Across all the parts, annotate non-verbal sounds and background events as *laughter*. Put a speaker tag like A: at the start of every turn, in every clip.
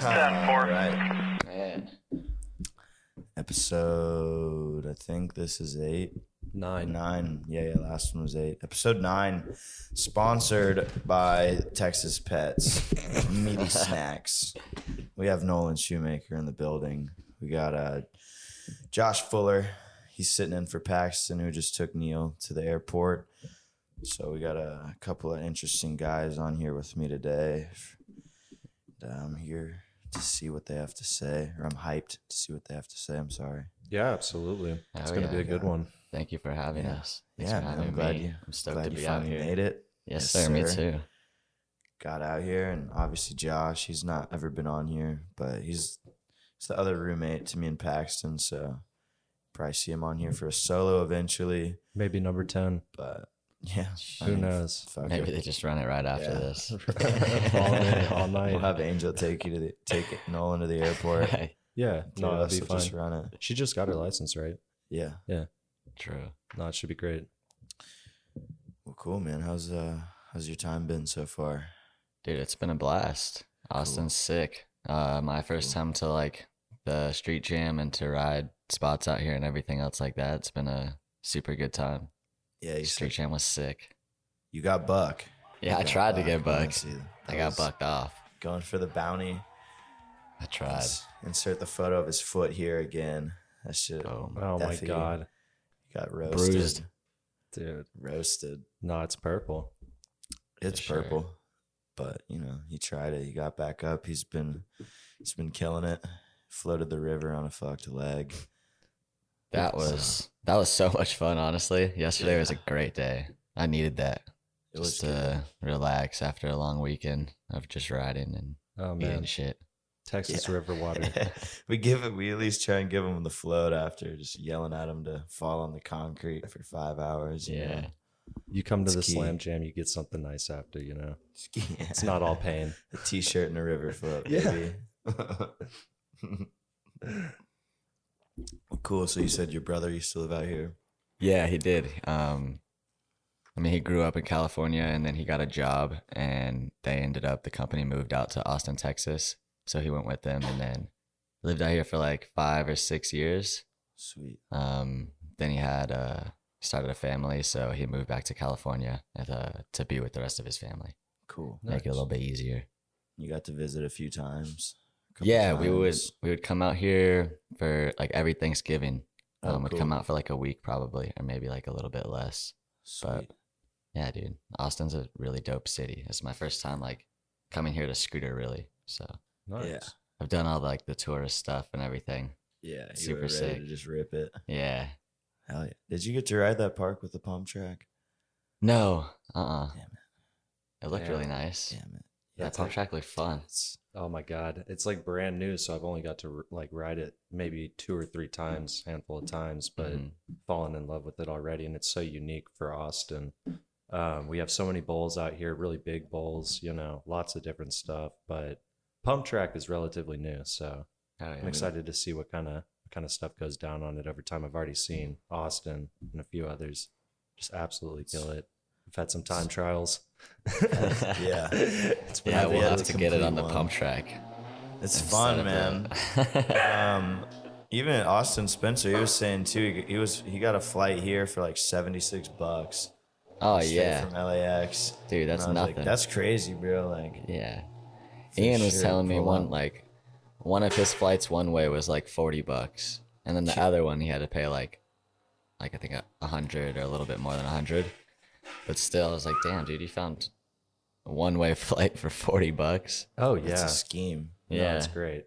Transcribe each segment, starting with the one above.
A: Ten
B: All
A: four.
B: right.
C: Man.
B: Episode, I think this is eight.
D: Nine.
B: Nine. Yeah, yeah, last one was eight. Episode nine, sponsored by Texas Pets Meaty Snacks. We have Nolan Shoemaker in the building. We got uh, Josh Fuller. He's sitting in for Paxton, who just took Neil to the airport. So we got a couple of interesting guys on here with me today. And I'm here to see what they have to say, or I'm hyped to see what they have to say. I'm sorry.
D: Yeah, absolutely. It's
C: Oh,
D: gonna
C: yeah.
D: be a good
B: Yeah.
D: one.
C: Thank you for having
B: Yeah.
C: us. Thanks
B: yeah,
C: for
B: man,
C: having
B: I'm glad
C: me.
B: you.
C: I'm stoked
B: glad
C: to
B: you
C: be out
B: finally
C: here.
B: made it.
C: Yes,
B: Yes,
C: sir, Me
B: sir.
C: too.
B: got out here and obviously Josh, he's not ever been on here, but he's he's the other roommate to me and Paxton, so probably see him on here for a solo eventually.
D: Maybe number ten.
B: But *laughs* yeah. I
D: Who
B: mean,
D: knows?
B: Fuck
C: Maybe
B: it. *laughs*
C: they just run it right after
B: Yeah. *laughs*
C: this.
D: All night,
C: *laughs*
D: all night.
B: We'll have Angel take you to the take Nolan to the
C: *laughs*
B: airport.
D: Yeah.
B: Two
D: No,
B: of us
D: that'd be
B: will
D: fine.
B: Just run it.
D: She just got her license, right?
B: Yeah.
C: True.
D: No, it should be great.
B: Well cool man. How's uh how's your time been so far?
C: Dude, it's been a blast. Austin's sick. Uh, my first time to like the street jam and to ride spots out here and everything else like that. It's been a super good time.
B: Yeah, you
C: Street
B: said
C: jam was sick.
B: you got Buck.
C: Yeah,
B: You
C: I
B: got
C: tried to
B: Buck.
C: get
B: I wanna
C: bucked.
B: see that.
C: I
B: That
C: got
B: was
C: bucked off.
B: Going for the bounty.
C: I tried.
B: Let's insert the photo of his foot here again. That shit
C: Boom.
D: Oh
B: Definitely.
D: my god.
B: got roasted.
C: Bruised.
D: Dude.
B: Roasted.
D: No, it's purple.
B: It's
C: sure.
B: purple. But you know, he tried it. He got back up. He's been he's been killing it. Floated the river on a fucked leg.
C: That
B: So-
C: was that was so *laughs* much fun, honestly. Yesterday was a great day. I needed that.
B: It was
C: just uh,
B: good.
C: to relax after a long weekend of just riding and
D: Oh
B: *laughs*
C: eating
D: man.
C: shit.
D: Texas
B: Yeah.
D: River water.
B: *laughs* *laughs* we give it. We at least try and give him the float after just yelling at him to fall on the concrete for five hours. you
C: Yeah.
B: know?
D: You come to
B: It's
D: the
B: key.
D: slam jam, you get something nice after, you know.
B: *laughs* Yeah.
D: It's not all pain.
B: a t-shirt and a river float.
D: Yeah.
B: Baby. Well, *laughs* cool. So you said your brother used to live out here.
C: Yeah, he did. Um, I mean, he grew up in California and then he got a job, and they ended up, the company moved out to Austin, Texas. So he went with them and then lived out here for like five or six years.
B: Sweet.
C: Um, then he had uh, started a family, so he moved back to California at, uh, to be with the rest of his family,
B: Cool.
C: make it a
D: Nice.
C: little bit easier.
B: You got to visit a few times. a couple
C: yeah, we would
B: times.
C: we would come out here for like every Thanksgiving.
B: Oh,
C: Um, would
B: cool.
C: come out for like a week probably, or maybe like a little bit less.
B: Sweet.
C: Yeah, dude. Austin's a really dope city. It's my first time like coming here to scooter really. So
D: Nice.
B: Yeah.
C: I've done all like the tourist stuff and everything.
B: Yeah, you
C: Super
B: were ready
C: sick.
B: To just rip it.
C: Yeah.
B: Hell yeah! Did you get to ride that park with the pump track?
C: No. Uh uh
B: Damn
C: It looked really
D: Yeah.
C: nice.
B: Damn
C: *laughs*
B: it!
C: Yeah,
D: That's
C: pump
D: like-
C: track looked fun.
B: It's
D: Oh my god, it's like brand new, so I've only got to r- like ride it maybe two or three times, handful of times, but
C: Mhm.
D: fallen in love with it already, and it's so unique for Austin. Um, we have so many bowls out here, really big bowls, you know, lots of different stuff. But pump track is relatively new, so
C: Oh,
D: I'm
C: yeah.
D: excited to see what kind of kind of stuff goes down on it over time. I've already seen Austin and a few others just absolutely kill it. I've had some time trials.
B: Yeah.
D: it's been
C: Yeah,
B: I've
C: we'll
B: yet
C: have
B: to
C: to get it
B: complete
C: on the
B: one.
C: pump track.
B: it's
C: instead
B: fun,
C: of
B: man.
C: the-
B: um, even Austin Spencer, he was saying too. He, he was he got a flight here for like seventy six bucks.
C: *laughs* oh
B: straight
C: yeah.
B: from LAX.
C: Dude, that's
B: And I was like,
C: nothing.
B: That's crazy, bro. Like,
C: Yeah. Ian was
B: sure,
C: telling me
B: pull
C: one
B: up.
C: like one of his flights one way was like forty bucks, and then the other one he had to pay like like I think a- a hundred or a little bit more than a hundred. But still, I was like, damn, dude, you found a one way *laughs* flight for forty bucks.
D: Oh
B: it's
D: yeah,
B: a scheme.
D: yeah,
C: Yeah,
D: it's great.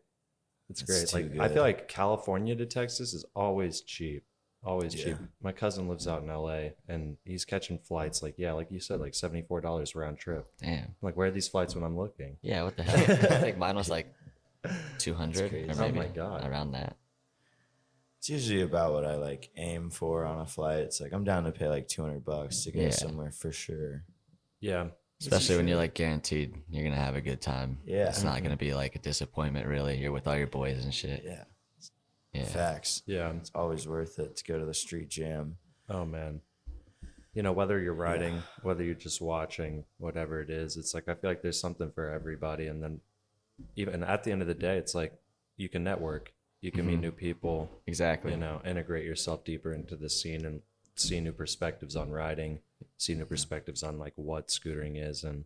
B: It's
D: It's great. Like
B: too
D: I feel
B: good.
D: like California to Texas is always cheap. Always cheap.
B: Yeah.
D: My cousin lives out in LA and he's catching flights like yeah, like you said, like seventy four dollars round trip.
C: damn.
D: I'm like where are these flights when I'm looking?
C: Yeah, what the hell? I *laughs* think mine was like two hundred
B: crazy.
C: or
D: Oh
C: maybe
D: my God.
C: around that.
B: It's usually about what I like aim for on a flight. It's like I'm down to pay like two hundred bucks to go
C: Yeah.
B: somewhere for sure.
D: Yeah.
C: Especially when you're like guaranteed you're gonna have a good time.
B: Yeah.
C: it's not gonna be like a disappointment really. You're with all your boys and shit.
B: Yeah.
C: Yeah,
B: Facts.
D: Yeah.
B: It's always worth it to go to the street jam.
D: Oh man. You know, whether you're riding, whether you're just watching, whatever it is, it's like I feel like there's something for everybody. And then even at the end of the day, it's like you can network, you can meet new people,
C: Exactly.
D: you know, integrate yourself deeper into the scene and see new perspectives on riding, see new perspectives on like what scootering is. And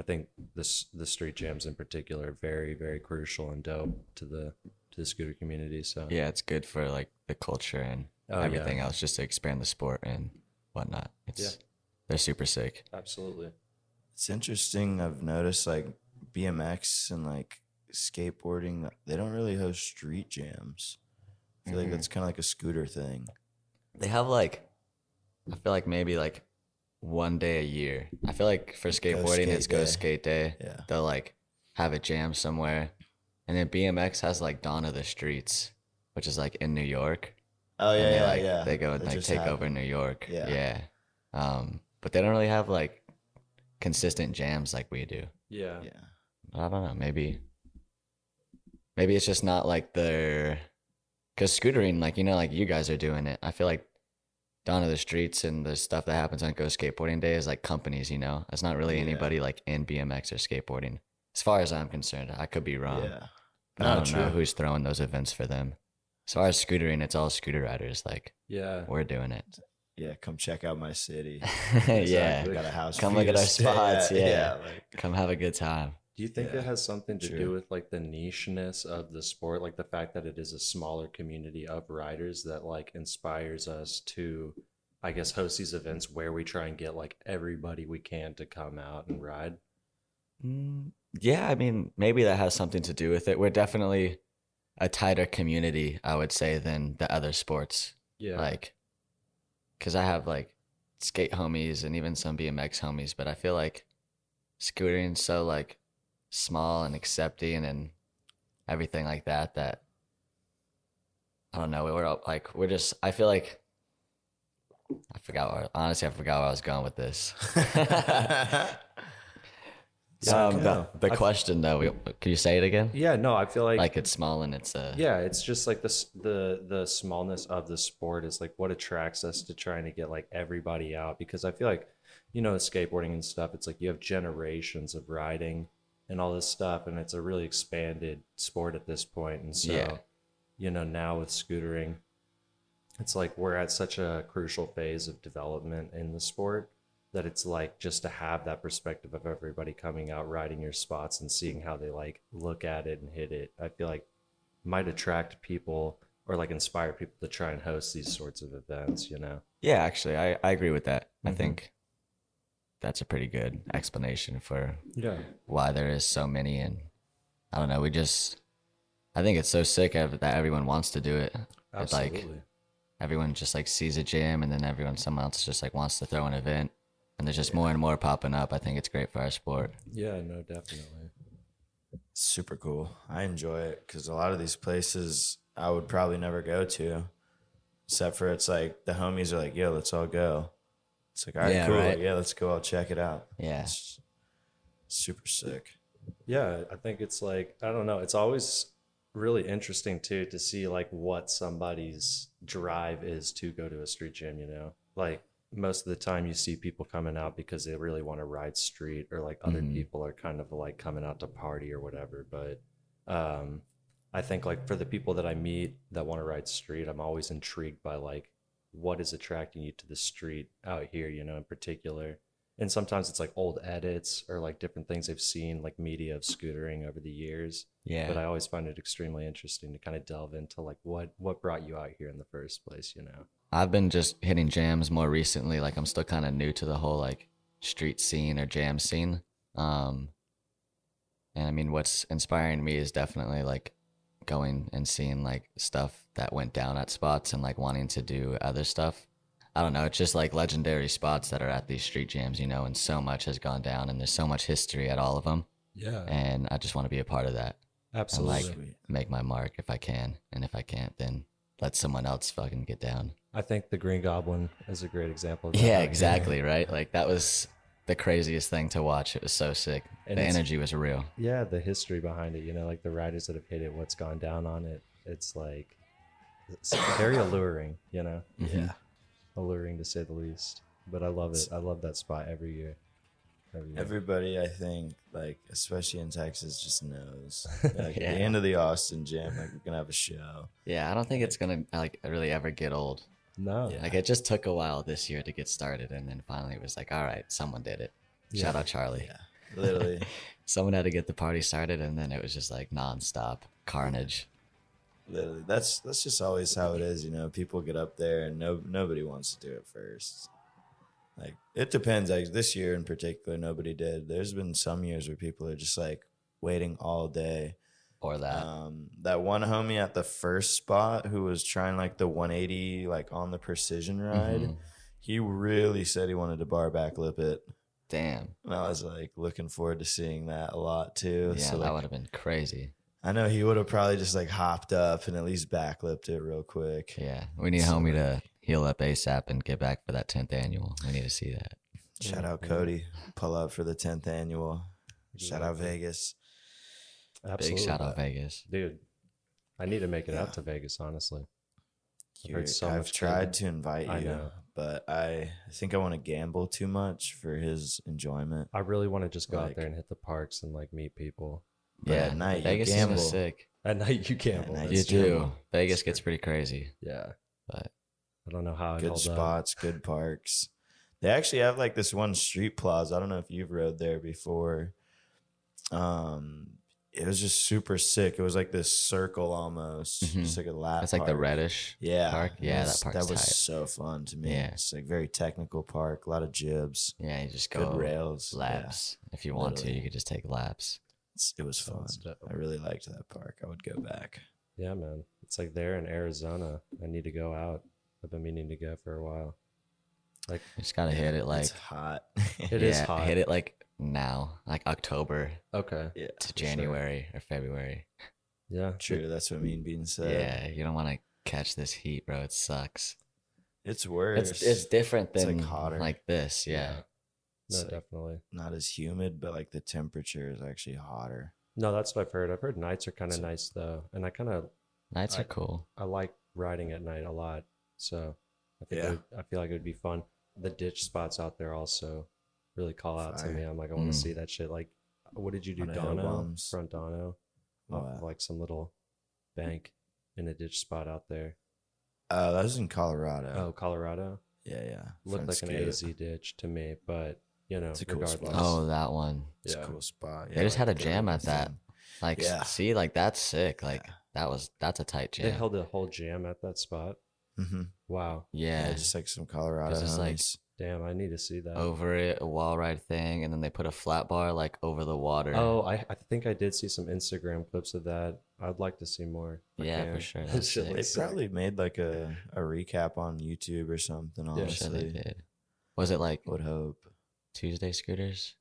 D: I think this the street jams in particular are very, very crucial and dope to the to the scooter community. So
C: Yeah, it's good for like the culture and
D: Oh, yeah.
C: everything else, just to expand the sport and whatnot. It's they're super sick.
D: absolutely.
B: It's interesting. I've noticed like BMX and like skateboarding, they don't really host street jams. I feel
C: Mhm.
B: like that's kind of like a scooter thing.
C: They have like, I feel like maybe like one day a year. I feel like for skateboarding,
B: skate
C: it's go
B: day.
C: skate day.
B: Yeah.
C: They'll like have a jam somewhere, and then BMX has like Dawn of the Streets, which is like in New York.
B: Oh
C: and
B: yeah,
C: they,
B: yeah,
C: like,
B: yeah.
C: They go and
B: That
C: like
B: just
C: take
B: happened.
C: over New York.
B: Yeah.
C: yeah. Um, but they don't really have like consistent jams like we do.
D: Yeah.
B: Yeah.
C: I don't know. Maybe, maybe it's just not like their, because scootering, like you know, like you guys are doing it. I feel like down to the streets and the stuff that happens on Go Skateboarding Day is like companies. You know, it's not really
B: Yeah.
C: anybody like in BMX or skateboarding. As far as I'm concerned, I could be wrong.
B: Yeah.
C: But I
B: No,
C: don't know
B: true.
C: who's throwing those events for them. As far as scootering, it's all scooter riders. Like
D: Yeah.
C: we're doing it.
B: Yeah. Come check out my
C: *laughs*
B: city.
C: yeah,
D: Exactly.
B: Got a house.
C: Come
B: for
C: look
B: you
C: at
B: to
C: our
B: stay
C: spots,
B: at.
C: yeah.
B: like,
C: come have a good time.
D: Do you think
B: Yeah,
D: it has something to
B: true.
D: do with like the nicheness of the sport, like the fact that it is a smaller community of riders that like inspires us to, I guess, host these events where we try and get like everybody we can to come out and ride?
C: Mm, yeah, I mean, maybe that has something to do with it. We're definitely a tighter community, I would say, than the other sports.
D: Yeah.
C: Like, because I have like skate homies and even some BMX homies, but I feel like scootering's so like small and accepting and everything like that that I don't know. We're all, like, we're just, I feel like, I forgot where, honestly, I forgot where I was going
D: *laughs*
C: with this.
B: Yeah,
C: um, the,
B: go.
C: the
D: I-
C: question though, we, can you say it again?
D: yeah, no, I feel like,
C: Like it's small and it's uh
D: yeah, it's just like the s- the the smallness of the sport is like what attracts us to trying to get like everybody out because I feel like, you know, skateboarding and stuff. It's like you have generations of riding and all this stuff, and it's a really expanded sport at this point. And so,
C: Yeah.
D: you know, now with scootering, it's like we're at such a crucial phase of development in the sport that it's like just to have that perspective of everybody coming out riding your spots and seeing how they like look at it and hit it i feel like might attract people or like inspire people to try and host these sorts of events you know
C: yeah. Actually, I I agree with that. I
D: Mhm.
C: think that's a pretty good explanation for
D: yeah
C: why there is so many and I don't know. We just I think it's so sick ev- that everyone wants to do it. It's like-
D: absolutely
C: Everyone just like sees a jam and then everyone someone else just like wants to throw an event and there's just more and more popping up. I think it's great for our sport.
D: yeah no definitely
B: super cool. I enjoy it because a lot of these places I would probably never go to, except for it's like the homies are like, "Yo, let's all go." It's like, all right,
C: Yeah,
B: cool,
C: right.
B: yeah, let's go. I'll check it out.
C: Yeah.
B: It's super sick.
D: Yeah, I think it's like I don't know. It's always really interesting too to see like what somebody's drive is to go to a street gym. You know, like most of the time you see people coming out because they really want to ride street, or like other
C: Mhm.
D: people are kind of like coming out to party or whatever. But um, I think like for the people that I meet that want to ride street, I'm always intrigued by like what is attracting you to the street out here. You know, in particular and sometimes it's like old edits or like different things they've seen like media of scootering over the years
C: Yeah.
D: but i always find it extremely interesting to kind of delve into like what what brought you out here in the first place you know
C: I've been just hitting jams more recently. Like I'm still kind of new to the whole like street scene or jam scene. Um, and I mean, what's inspiring me is definitely like going and seeing like stuff that went down at spots and like wanting to do other stuff. I don't know. It's just like legendary spots that are at these street jams, you know, and so much has gone down and there's so much history at all of them.
D: yeah
C: And I just want to be a part of that,
D: absolutely
C: like-
B: Sweet.
C: make my mark if I can. And if I can't, then let someone else fucking get down.
D: i think the green goblin is a great example of that
C: Yeah,
D: right
C: exactly, right? Like that was the craziest thing to watch. It was so sick.
D: And
C: the
D: it's-
C: energy was real.
D: there. yeah the history behind it you know like the riders that have hit it what's gone down on it it's like it's very alluring you know
C: Mhm.
D: alluring to say the least but i love it i love that spot every year There we go.
B: Everybody, I think, like especially in Texas, just
C: *laughs*
B: knows. Like, At the
C: Yeah.
B: end of the Austin gym, like we're gonna have a show.
C: Yeah, I don't think it's gonna like really ever get old.
D: no.
B: Yeah.
C: Like it just took a while this year to get started, and then finally it was like, all right, someone did it. Shout
D: Yeah.
C: out Charlie.
B: Yeah, literally.
C: Someone had to get the party started, and then it was just like nonstop carnage.
B: Literally, that's that's just always how it is, you know. People get up there and no nobody wants to do it first. Like it depends. Like this year in particular, nobody did. There's been some years where people are just like waiting all day.
C: Or that.
B: Um, that one homie at the first spot who was trying like the 180, like on the precision ride,
C: Mhm.
B: he really said he wanted to bar back lip it,
C: Damn.
B: and I was like looking forward to seeing that a lot too.
C: Yeah,
B: so
C: that
B: like,
C: would have been crazy.
B: I know he would have probably just like hopped up and at least back lipped it real quick.
C: Yeah, we need
B: So,
C: homie to heal up ASAP and get back for that 10th annual. We need to see that.
B: Shout out
D: Mhm.
B: Cody. Pull up for the 10th annual. Shout out Vegas.
D: Absolutely.
C: Big shout out Vegas.
D: Dude, I need to make it
B: Yeah.
D: out to Vegas, honestly. I've heard
B: You're-
D: so
B: I've
D: much good.
B: tried to invite
D: I
B: you,
D: know.
B: but I, I think I want to gamble too much for his enjoyment.
D: I really want to just go
B: Like-
D: out there and hit the parks and like meet people. *laughs*
B: But at night, you
C: Vegas
B: gamble.
C: is sick.
D: At night you gamble.
B: night
D: that's
C: you
D: true.
C: do. Vegas
D: That's
C: gets pretty crazy.
D: Yeah.
C: But-
D: I don't know how I
B: Good
D: held up.
B: spots, good parks. They actually have like this one street plaza. I don't know if you've rode there before. Um, it was just super sick. It was like this circle almost,
C: Mhm.
B: just like a lap.
C: That's like the
B: park.
C: reddish.
B: Yeah,
C: park? Yeah, that
B: that's-
C: park's
B: that was
C: tight.
B: so fun to me.
C: Yeah.
B: It's like very technical park, a lot of jibs,
C: Yeah, you just go
B: good rails, yeah.
C: laps. If you want to,
B: Literally.
C: you could just take laps.
B: It's- It was fun.
D: Sounds dope.
B: I really liked that park. I would go back.
D: Yeah, man. It's like there in Arizona. I need to go out. I've been meaning to go for a while.
C: You just gotta hit it like
B: it's hot. *laughs*
D: It is
C: yeah,
D: hot.
C: Hit it like now, like October
D: Okay.
B: yeah,
C: to
B: for sure.
C: January or February.
D: Yeah.
B: True. That's what Mean Bean said.
C: yeah, you don't want to catch this heat, bro. It sucks.
B: it's worse.
C: It's it's different
B: It's, like,
C: than like,
B: hotter.
C: this. Yeah.
D: No,
B: It's like-
D: definitely.
B: not as humid, but like the temperature is actually hotter.
D: No, that's what I've heard. I've heard nights are kind of
B: So-
D: nice though, and I kind of
C: nights are
D: I-
C: cool.
D: I like riding at night a lot. So I think it
B: Yeah.
D: would, I feel like it would be fun. The ditch spots out there also really call out to
B: Fire.
D: me. I'm like, I want to
C: Mm.
D: see that shit. Like, what did you do,
B: On the hill
D: Dono?
B: bombs.
D: Front Dono,
B: Oh,
D: off
B: wow.
D: of like some little bank in a ditch spot out there.
B: Uh, that was in Colorado.
D: Oh, Colorado
B: yeah, yeah.
D: looked
B: Front
D: like an
B: skate.
D: easy ditch to me, but you know,
B: It's a cool
D: regardless,
B: spot.
C: Oh, that one.
B: It's
D: yeah.
B: a cool spot.
C: They just had a
B: the
C: jam
B: little
C: at that.
B: thing.
C: Like, s-
B: Yeah.
C: see, like that's sick. Like
B: Yeah.
C: that was that's a tight jam.
D: they held a whole jam at that spot.
B: Mhm.
D: Wow,
B: Yeah.
C: yeah,
B: just like some Colorado.
C: it's like-
B: homies.
D: damn, I need to see that.
C: over it, a wall ride thing, and then they put a flat bar like over the water.
D: Oh, I, I think I did see some Instagram clips of that. I'd like to see more. I
C: Yeah, for
D: can't.
C: sure,
D: *laughs* That
C: that's
D: shit
C: sick.
B: They
D: looks sick.
B: probably made like a, a recap on YouTube or something,
D: Yeah.
C: I'm sure Oh, they
B: honestly.
C: did. Was it like
B: Would hope.
C: Tuesday scooters?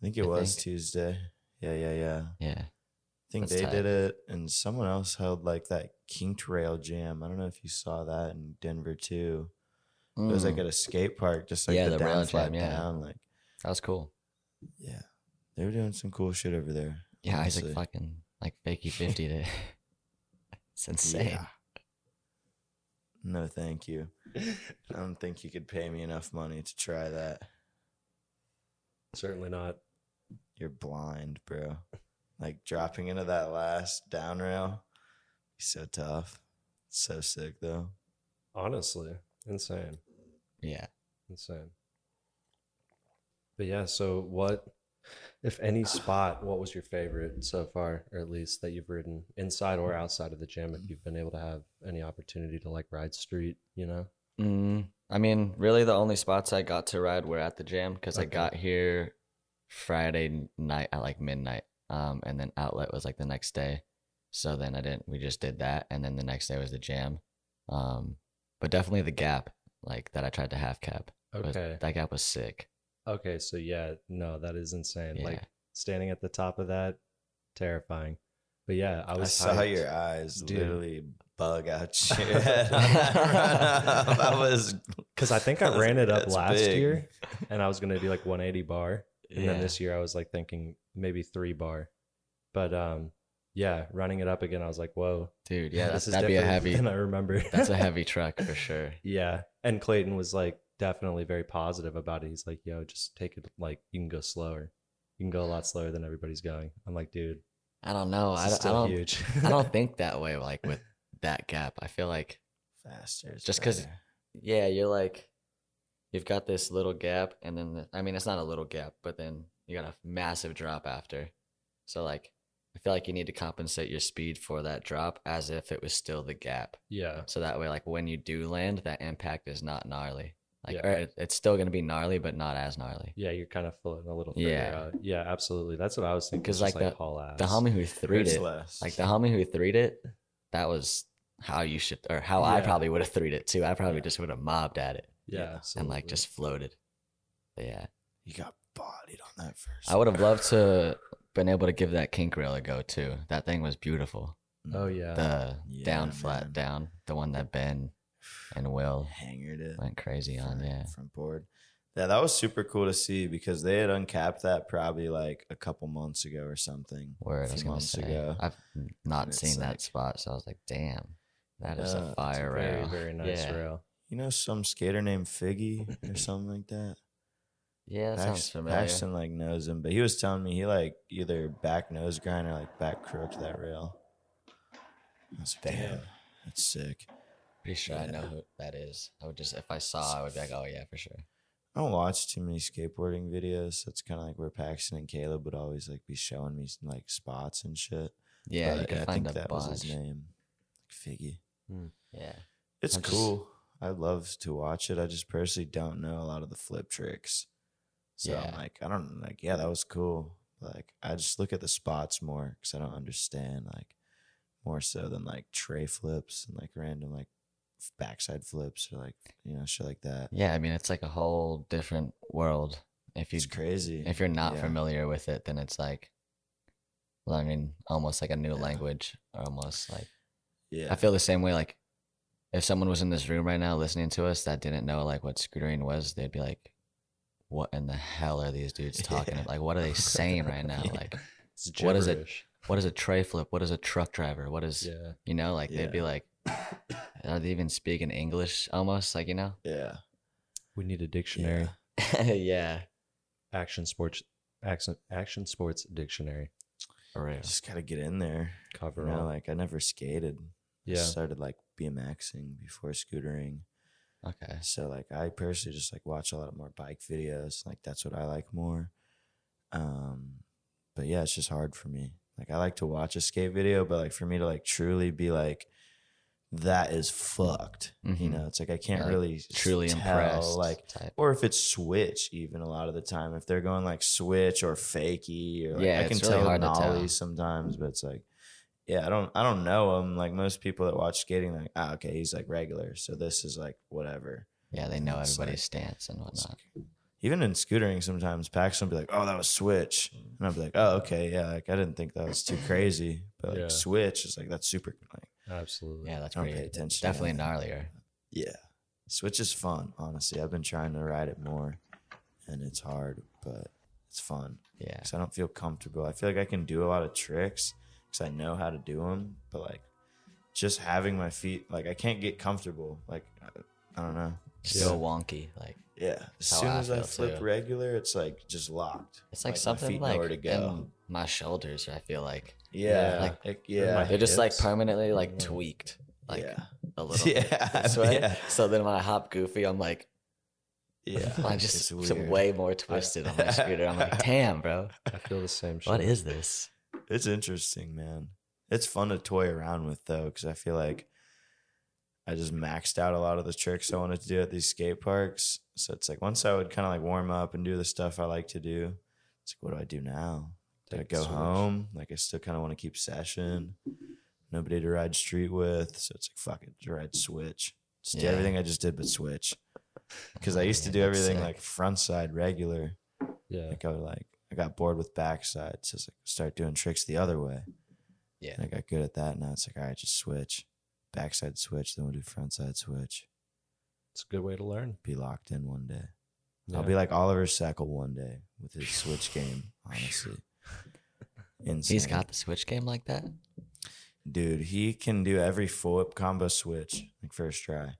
B: I think it
C: I
B: was
C: think.
B: Tuesday. Yeah, yeah, yeah. I
C: Yeah,
B: think
C: That's
B: they did
C: tight.
B: it and someone else held like that kinked rail jam. I don't know if you saw that in Denver too. It was like
C: Mm,
B: at a skate park, just like
C: Yeah,
B: the,
C: the rail
B: down flat
C: jam, yeah.
B: down. Like
C: that was cool.
B: yeah. They were doing some cool shit over there.
C: Yeah, Isaac
B: honestly.
C: fucking like fakey fifty to. *laughs* it's insane.
B: Yeah. No, thank
C: *laughs*
B: you. I don't think you could pay me enough money to try that.
D: Certainly not.
B: You're blind, bro. Like dropping into that last down rail. So tough. So sick though.
D: Honestly, insane,
C: Yeah.
D: insane. But yeah, so what, if any spot, what was your favorite so far, or at least that you've ridden inside or outside of the gym? If you've been able to have any opportunity to like ride street, you know?
C: Mm, I mean, really, the only spots I got to ride were at the jam because I
D: Okay.
C: got here Friday n- night at like midnight, um, and then outlet was like the next day. So then I didn't. We just did that, and then the next day was the jam. Um, but definitely the gap, like that I tried to half cap. was-
D: Okay.
C: that gap was sick.
D: Okay, so yeah, no, that is insane.
C: Yeah.
D: Like standing at the top of that, terrifying. But yeah, I
B: I,
D: was
B: saw
D: hyped.
B: your eyes
D: Dude.
B: literally bug
C: *laughs*
B: out *laughs* your head. on that run up. I was
D: Because I
C: *laughs*
D: think I ran it up
B: That's
D: last
B: big.
D: year, and I was gonna do like 180 bar, and
C: Yeah.
D: then this year I was like thinking maybe three bar, but um, yeah, running it up again, I was like, whoa, *laughs*
C: Dude, yeah,
D: this
C: that's,
D: is
C: that'd be a
D: different
C: *laughs* heavy.
D: *laughs* than I remember.
C: that's a heavy truck for sure.
D: yeah, and Clayton was like, definitely very positive about it. He's like, yo, just take it like you can go slower. You can go a lot slower than everybody's going. I'm like, dude,
C: I don't know.
D: this
C: I
D: is
C: don't, I
D: still
C: don't,
D: huge. *laughs*
C: I don't think that way. Like with that gap, I feel like
B: faster. is
C: Just 'cause-
B: better.
C: yeah, you're like, you've got this little gap, and then the, I mean, it's not a little gap, but then you got a massive drop after. So like, I feel like you need to compensate your speed for that drop as if it was still the gap.
D: yeah.
C: So that way, like when you do land, that impact is not gnarly. Like,
D: Yeah.
C: or it- it's still gonna be gnarly, but not as gnarly.
D: Yeah, you're kind of floating a little further
C: Yeah.
D: out. Yeah, absolutely. That's what I was thinking.
C: 'Cause,
D: Because like,
C: like,
D: like
C: the-
D: haul ass.
C: The homie who threed
B: There's
C: it,
B: less.
C: like the homie who threed it, that was how you should, or how I
D: Yeah.
C: probably would have threed it too. I probably
B: Yeah.
C: just would have mobbed at it
D: Yeah,
B: Yeah.
C: and like
D: absolutely.
C: just floated. But yeah,
B: you got bodied on that first.
C: I would have loved to been able to give that kink reel a go too. That thing was beautiful.
B: Mm.
D: Oh yeah.
C: The
B: Yeah,
C: down flat
B: man.
C: down, the one that Ben and Will
B: *sighs* hangered it.
C: went crazy on.
B: front-
C: Yeah,
B: front board. Yeah, that was super cool to see because they had uncapped that probably like a couple months ago or something.
C: word.
B: a
C: I was
B: few
C: gonna
B: months
C: say
B: ago.
C: I've n- not
B: And it's
C: seen
B: like-
C: that spot, so I was like, damn, that is
B: Yeah, it's
C: a
B: a
C: fire
D: very,
C: rail. *laughs*
D: very nice
C: yeah.
D: rail.
B: You know, some skater named Figgy
C: *clears throat*
B: or something like that.
C: Yeah, that sounds
B: Paxton-
C: familiar.
B: Paxton like knows him, but he was telling me he like either back nose grind or like back crooked that rail. I was like, damn,
C: Damn.
B: that's sick.
C: Pretty sure I
B: Yeah.
C: know who that is. I would just if I saw, I would be like, oh yeah, for sure.
B: I don't watch too many skateboarding videos. So it's kind of like where Paxton and Caleb would always like be showing me some, like spots and shit.
C: Yeah, you
B: But
C: can
B: I
C: find
B: think
C: a
B: that was
C: bunch.
B: his name, Figgy.
C: Yeah,
B: It's
C: I just-
B: cool. I love to watch it. I just personally don't know a lot of the flip tricks. So I'm
C: Yeah.
B: like, I don't like, yeah, that was cool. Like, I just look at the spots more because I don't understand, like, more so than like tray flips and like random, like, f- backside flips or like, you know, shit like that.
C: yeah. I mean, it's like a whole different world. If you
B: It's crazy.
C: if you're not
B: Yeah.
C: familiar with it, then it's like learning almost like a new
B: Yeah.
C: language, or almost like
B: yeah.
C: I feel the same way. Like if someone was in this room right now listening to us that didn't know like what scootering was, they'd be like, "What in the hell are
B: *laughs*
C: these dudes talking?
B: Yeah.
C: about? Like, what are they saying right now?
B: Yeah.
C: Like,
D: It's
C: What is it?
D: gibberish.
C: what is a tray flip? What is a truck driver? What is
D: Yeah.
C: you know? Like
B: Yeah.
C: they'd be like." Are they even speaking English almost? Like,
B: *laughs*
C: you know?
B: yeah.
D: We need a dictionary.
B: Yeah.
C: yeah.
D: Action sports action action sports dictionary.
C: For real.
B: Just got to get in there. You
D: Cover all.
B: know, like, I never skated. I
D: yeah.
B: started like BMXing before scootering.
C: Okay.
B: So like I personally just like watch a lot more bike videos. Like that's what I like more. Um but yeah, it's just hard for me. Like I like to watch a skate video, but like for me to like truly be like that is fucked. You
C: Mhm.
B: know, it's like I can't
C: Yeah, like,
B: really s-
C: Truly
B: tell,
C: impressed.
B: Like
C: type.
B: or if it's switch even a lot of the time if they're going like switch or fakey or like,
C: Yeah,
B: i can
C: it's really
B: tell
C: hard to tell.
B: nollies sometimes but it's like yeah i don't i don't know them like most people that watch skating like ah okay he's like regular so this is like whatever
C: Yeah, they know
B: It's
C: everybody's
B: like-
C: stance and
B: It's
C: whatnot.
B: like- even in scootering sometimes paxton will be like oh that was switch and i'll be like oh okay yeah like i didn't think that was too crazy but like
D: Yeah.
B: switch is like that's super like
D: Absolutely.
C: Yeah, that's
B: I don't pay
C: pretty.
B: attention to
C: Definitely
B: that.
C: gnarlier.
B: Yeah. Switch is fun, honestly. I've been trying to ride it more and it's hard, but it's fun
C: Yeah.
B: because I don't feel comfortable. I feel like I can do a lot of tricks because I know how to do them, but like just having my feet, like I can't get comfortable. Like, I, I don't know.
C: So wonky. Like
B: Yeah. As
C: How
B: soon
C: I
B: as I
C: feel,
B: flip
C: too.
B: regular, it's like just locked.
C: it's like
B: my
C: something
B: feet
C: like
B: know where to go.
C: in my shoulders. I feel like
B: yeah.
C: like-
B: Like, yeah.
D: My
C: they're just like
D: hips.
C: permanently like
D: Mm.
C: tweaked. Like
B: yeah. *laughs*
C: a little. bit
B: Yeah,
C: This way.
B: yeah.
C: *laughs* So then when I hop goofy, I'm like,
B: Yeah.
C: *laughs* I
B: It's
C: just it's
B: weird.
C: way more twisted on my scooter.
B: *laughs*
C: I'm like, damn, bro,
D: I feel the same shit.
C: what is this?
B: It's interesting, man. It's fun to toy around with though, because I feel like I just maxed out a lot of the tricks I wanted to do at these skate parks. So it's like once I would kind of like warm up and do the stuff I like to do, it's like, what do I do now? Do I
D: Take the
B: go
D: switch.
B: home? Like I still kind of want to keep session. Nobody to ride street with, so it's like fuck it, just ride switch. Just do
C: Yeah.
B: everything I just did, but switch. Because I used to
C: Yeah,
B: do
C: that's
B: everything
C: sick.
B: like front side regular,
D: Yeah.
B: like I would like I got bored with backside, so it's like start doing tricks the other way.
C: Yeah.
B: And I got good at that. Now it's like, all right, just switch. Backside switch, then we'll do frontside switch.
D: It's a good way to learn.
B: Be locked in one day.
D: Yeah.
B: I'll be like Oliver Sackle one day with his switch game, honestly. Insane.
C: *laughs* He's got the switch game like
B: *laughs*
C: that.
B: dude, he can do every full whip combo switch like first try.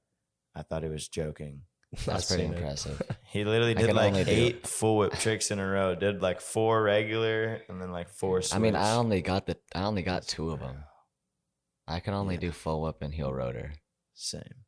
B: I thought he was joking.
C: That's pretty
D: seen it.
C: impressive.
B: He literally
C: I
B: did
C: can
B: like
C: only do-
B: eight full whip tricks in a row. Did like four regular and then like *laughs* four. Switch.
C: I mean, I only got the I only got two of them. I can only
B: Yeah.
C: do full whip and heel rotor.
B: same.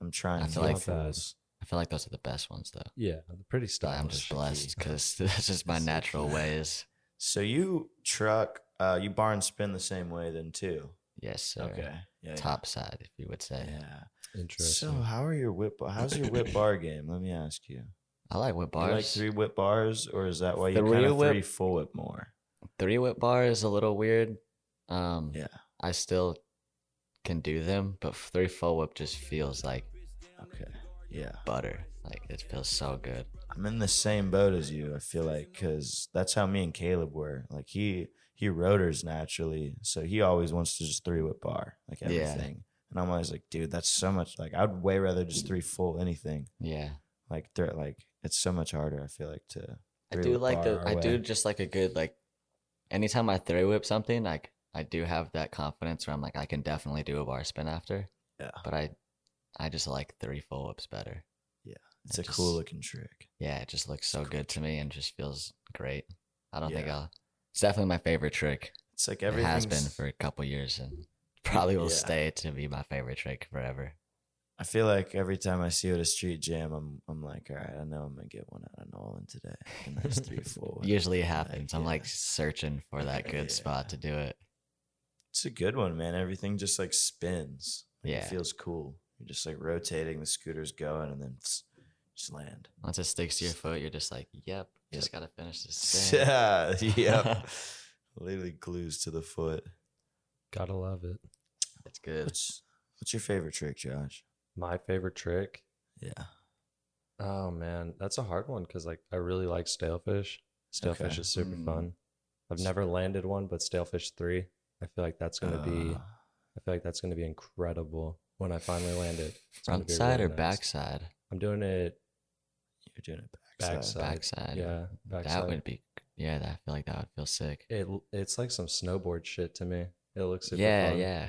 B: I'm trying
C: I
B: to
C: feel
B: like
C: like-
B: those.
C: I feel like those are the best ones though.
D: Yeah, pretty
C: So I'm just blessed because *laughs* that's just my
B: So
C: natural
B: glad.
C: ways.
B: So you truck, uh, you barn spin the same way then too.
C: Yes, sir.
B: Okay. Yeah.
C: Top side, if you would say.
B: Yeah. yeah.
D: Interesting.
B: So how are your whip? How's your whip bar game? Let me ask you.
C: I like whip
B: You like
C: bars.
B: three whip bars, or is that why you
C: Three
B: kind of
C: whip-
B: three full whip more?
C: three whip bar is a little weird. Um,
B: Yeah.
C: I still can do them, but three full whip just feels like
B: Okay. Yeah.
C: butter. Like it feels so good.
B: I'm in the same boat as you. I feel like because that's how me and Caleb were. Like he he rotors naturally, so he always wants to just three whip bar like
C: Yeah.
B: everything. And I'm always like, dude, that's so much. Like I'd way rather just three full anything.
C: Yeah,
B: Like they're like it's so much harder. I feel like to.
C: I
B: three
C: do
B: whip
C: like
B: bar
C: the.
B: our
C: I do
B: way.
C: just like a good like. Anytime I three whip something, like I do have that confidence where I'm like I can definitely do a bar spin after.
B: Yeah.
C: But I, I just like three full whips better.
B: It's
C: I
B: a cool
C: just-
B: looking trick.
C: Yeah, it just looks so good to me and just feels great. I don't think
B: Yeah.
C: I'll. It's definitely my favorite trick.
B: It's like
C: It
B: everything
C: has been for a couple years and probably will
B: Yeah.
C: stay to be my favorite trick forever.
B: I feel like every time I see you at a street jam, I'm I'm like, all right, I know I'm gonna get one out of Nolan today, and that's three
C: *laughs*
B: full. whip.
C: Usually it happens. I'm like
B: yeah.
C: searching for that good
B: Yeah.
C: spot to do it.
B: It's a good one, man. Everything just like spins. Like,
C: Yeah.
B: It feels cool. You're just like rotating, the scooter's going, and then just land.
C: Once it sticks to your foot, you're just like, yep, just
B: Yep.
C: gotta finish
B: *laughs*
C: this spin.
D: *laughs*
B: Yeah. Yep. *laughs* Literally glues to the foot.
D: Gotta love it.
C: It's good.
B: What's, what's your favorite trick, Josh?
D: My favorite trick.
B: Yeah.
D: Oh man, that's a hard one because like I really like stalefish. Stalefish
B: Okay.
D: is super
C: Mm.
D: fun. I've never landed one, but stalefish three. I feel like that's gonna be.
B: Uh,
D: I feel like that's gonna be incredible when I finally land it. It's gonna
C: Front
D: be
C: side
D: really
C: or
D: nice.
C: backside?
D: I'm doing it
B: You're doing it backside.
D: backside.
C: Backside.
D: Yeah, backside.
C: That would be yeah, that, I feel like that would feel sick.
D: It l- it's like some snowboard shit to me. It looks super
C: yeah,
D: fun.
C: yeah.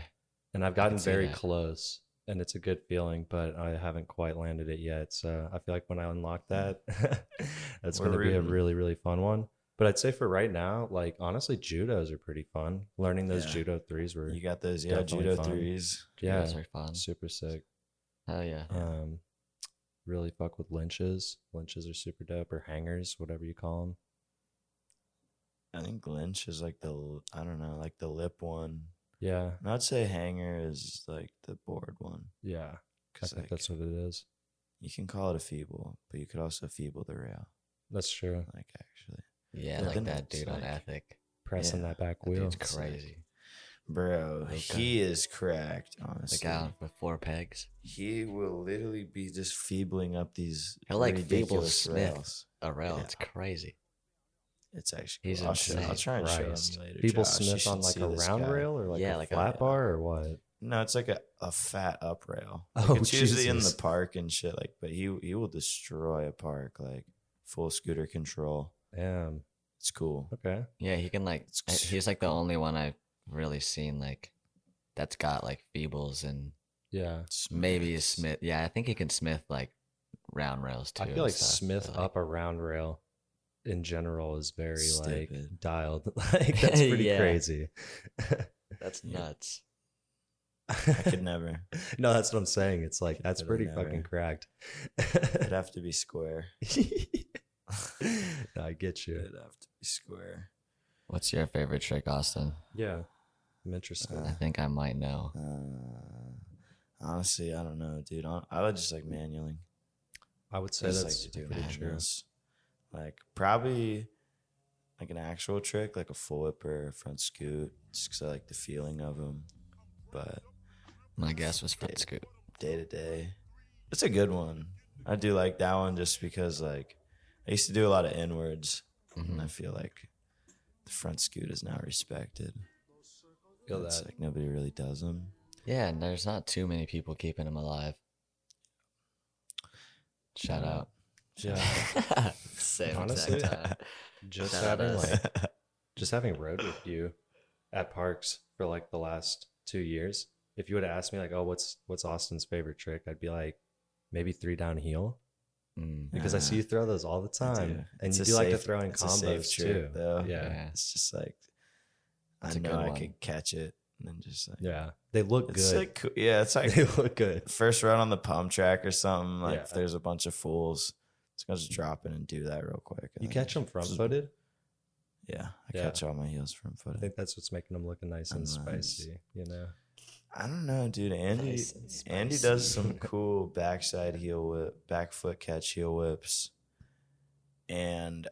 D: And I've gotten
C: see
D: very
C: that.
D: close, and it's a good feeling, but I haven't quite landed it yet. So I feel like when I unlock
C: Hmm.
D: that, *laughs* that's
B: We're
D: going to be a
B: rooting.
D: really really fun one. But I'd say for right now, like honestly, judos are pretty fun. Learning those
B: Yeah.
D: judo threes were
B: You got those, yeah,
D: Definitely
B: judo
D: fun.
B: threes.
D: yeah
C: Those are fun.
D: super sick.
C: Hell yeah.
D: Um, really fuck with lynches. Lynches are super dope, or hangers, whatever you call them.
B: I think Lynch is like the, l- I don't know, like the lip one.
D: Yeah,
B: And I'd say hanger is like the board one.
D: yeah. I
B: Because
D: think
B: like,
D: that's what it is.
B: you can call it a feeble, but you could also feeble the rail.
D: That's true.
B: Like actually,
C: Yeah,
B: Yeah,
C: like
B: then
C: that
B: it's
C: dude on
B: like-
C: Ethic.
D: Pressing
B: Yeah,
D: that back
C: That
D: wheel.
C: dude's
B: like-
C: crazy.
B: bro,
C: Okay.
B: he is cracked.
C: The
B: Honestly,
C: guy on- with four pegs.
B: he will literally be just feebling up these
C: He'll, like, feeble
B: ridiculous
C: Smith.
B: rails.
C: A rail,
B: Yeah.
C: Oh, it's crazy.
B: It's actually.
C: He's
B: I'll, show, I'll
C: insane.
B: try and
D: Christ.
B: show him later.
D: People
B: Josh. You
D: sniff on
B: should
D: like
B: see
D: a
B: this
D: round
B: guy.
D: rail or like a
C: Yeah, like a-
D: flat bar or what?
B: No, it's like a, a fat up rail. Like,
D: *laughs* *laughs* Oh,
B: it's usually in the
D: Jesus.
B: park and shit. Like, but he he will destroy a park like full scooter control.
D: Damn.
B: It's cool.
D: Okay.
C: Yeah, he can like.
B: It's
C: uh, He's like the only one I've really seen like that's got like feebles and
D: Yeah.
C: maybe a Smith. Yeah, I think he can Smith like round rails too.
D: I
C: and
D: feel like
C: stuff,
D: Smith
C: but, like,
D: up a round rail in general is very like
B: Stupid.
D: dialed. *laughs* like that's pretty
C: Yeah.
D: crazy.
C: That's
B: Yeah.
C: nuts.
B: I could never.
D: *laughs* no, that's what I'm saying. It's like that's
B: Could've
D: pretty
B: never.
D: fucking cracked. *laughs*
B: It'd have to be square. *laughs*
D: No, I get you.
B: It'd have to be square.
C: What's your favorite trick, Austin?
D: Yeah. I'm interested.
C: I think I might know.
B: Uh, honestly, I don't know, dude. Hon- I would just like manualing.
D: I would say
B: I just
D: that's
B: like to do
D: pretty true.
B: manuals. Like probably like an actual trick, like a full whip or a front scoot, just 'cause I like the feeling of them. But
C: My guess was front scoop.
B: day to day, it's a good one. I do like that one just because like I used to do a lot of inwards, and
D: Mm-hmm.
B: I feel like the front scoot is not respected.
D: Feel
B: It's
D: that.
B: like nobody really does them.
C: Yeah, and there's not too many people keeping him alive. Shout out.
D: *laughs*
C: *laughs*
B: *laughs*
D: Yeah.
C: Same
D: Honestly, *laughs*
C: exact time.
D: Just
C: Shout out
D: having
C: us.
D: like
B: *laughs*
D: just having rode with you at parks for like the last two years, if you would have asked me like, "Oh, what's what's Austin's favorite trick?" I'd be like, maybe three downhill
C: Mm.
D: because I see you throw those all the
B: Ah. I do.
D: time, and
B: It's
D: you
B: a
D: do like to
B: safe-
D: throw in
B: it's a safe
D: combos too.
B: trip, though.
D: Yeah,
C: Yeah.
B: It's just like
C: That's
B: I
C: a
B: know
C: good
B: I
C: one.
B: could catch it and then just like
D: yeah, they look
B: It's
D: good. *laughs*
B: like, coo- yeah, it's like
D: they look good.
B: first run on the pump track or something. Like if
D: Yeah.
B: there's a bunch of fools, it's gonna just drop in and do that real quick. and
D: You
B: then
D: catch them
B: just-
D: front footed.
B: Yeah, I
D: Yeah.
B: catch all my heels front
D: I
B: footed.
D: think that's what's making them looking nice and
B: Oh, Nice.
D: spicy. You know,
B: I don't know, dude. Andy
C: Nice and
B: Andy
C: spicy.
B: does some cool backside heel whip, back foot catch heel whips. And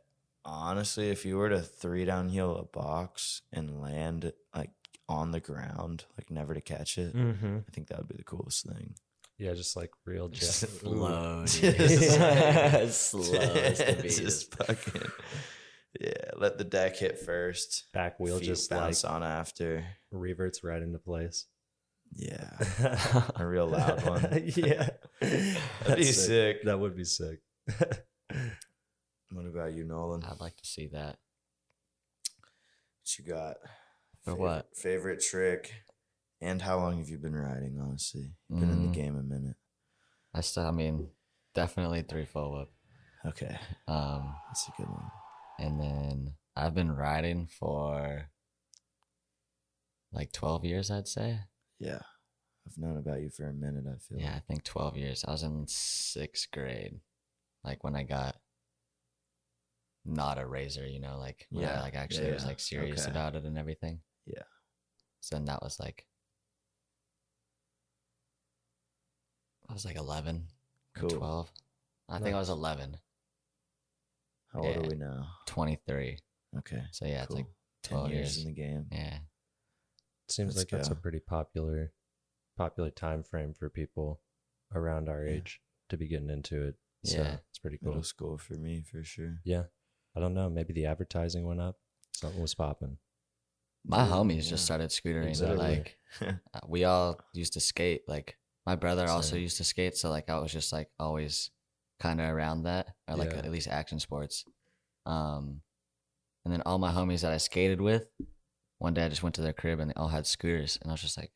B: honestly, if you were to three down heel a box and land like on the ground, like never to catch it,
D: mm-hmm.
B: I think that would be the coolest thing.
D: yeah, just like real Jeff.
B: *laughs* Just
D: Ooh.
C: Slow,
B: Yeah.
C: *laughs* dude. Slow as the
B: It's
C: *laughs*
B: *laughs*
C: bees.
B: just fucking yeah. Let the deck hit first.
D: back wheel
B: feet
D: just like
B: bounce on after.
D: reverts right into place.
B: Yeah, a real loud one.
D: yeah,
B: *laughs* That'd be
D: That's sick.
B: sick.
D: That would be sick.
B: What about you, Nolan?
C: I'd like to see that.
B: What you got?
C: For
B: Favorite-
C: what?
B: Favorite trick? And how long have you been riding, honestly? You've been in
C: Mm.
B: the game a minute.
C: I still, I mean, definitely three full whip.
B: Okay.
C: Um,
B: That's a good one.
C: and then I've been riding for like 12 years, I'd say.
B: Yeah. I've known about you for a minute, I feel.
C: Yeah, I think 12 years. I was in sixth grade, like when I got not a razor, you know, like when
B: Yeah,
C: I like actually was
B: yeah,
C: like serious
B: okay.
C: about it and everything.
B: Yeah.
C: So then that was like, I was like 11 or
B: Cool.
C: 12. I think I was 11,
B: How old are
C: Yeah.
B: we now?
C: 23.
B: Okay.
C: So yeah, it's
B: cool.
C: like
B: 10
C: 12
B: years,
C: years.
B: in the game.
C: Yeah.
D: Seems
B: Let's
D: like that's a
B: go.
D: pretty popular popular time frame for people around our
B: Yeah.
D: age to be getting into it. So
C: Yeah.
D: it's pretty cool.
B: Middle school for me, for sure.
D: Yeah. I don't know. Maybe the advertising went up. Something was popping.
C: My
B: Yeah,
C: homies
B: yeah.
C: just started scootering.
D: Exactly. *laughs*
C: Like uh, we all used to skate. Like my brother also
B: Same.
C: used to skate, so like I was just like always kind of around that, or like
D: Yeah.
C: at least action sports. Um, and then all my homies that I skated with, one day I just went to their crib and they all had scooters, and I was just like,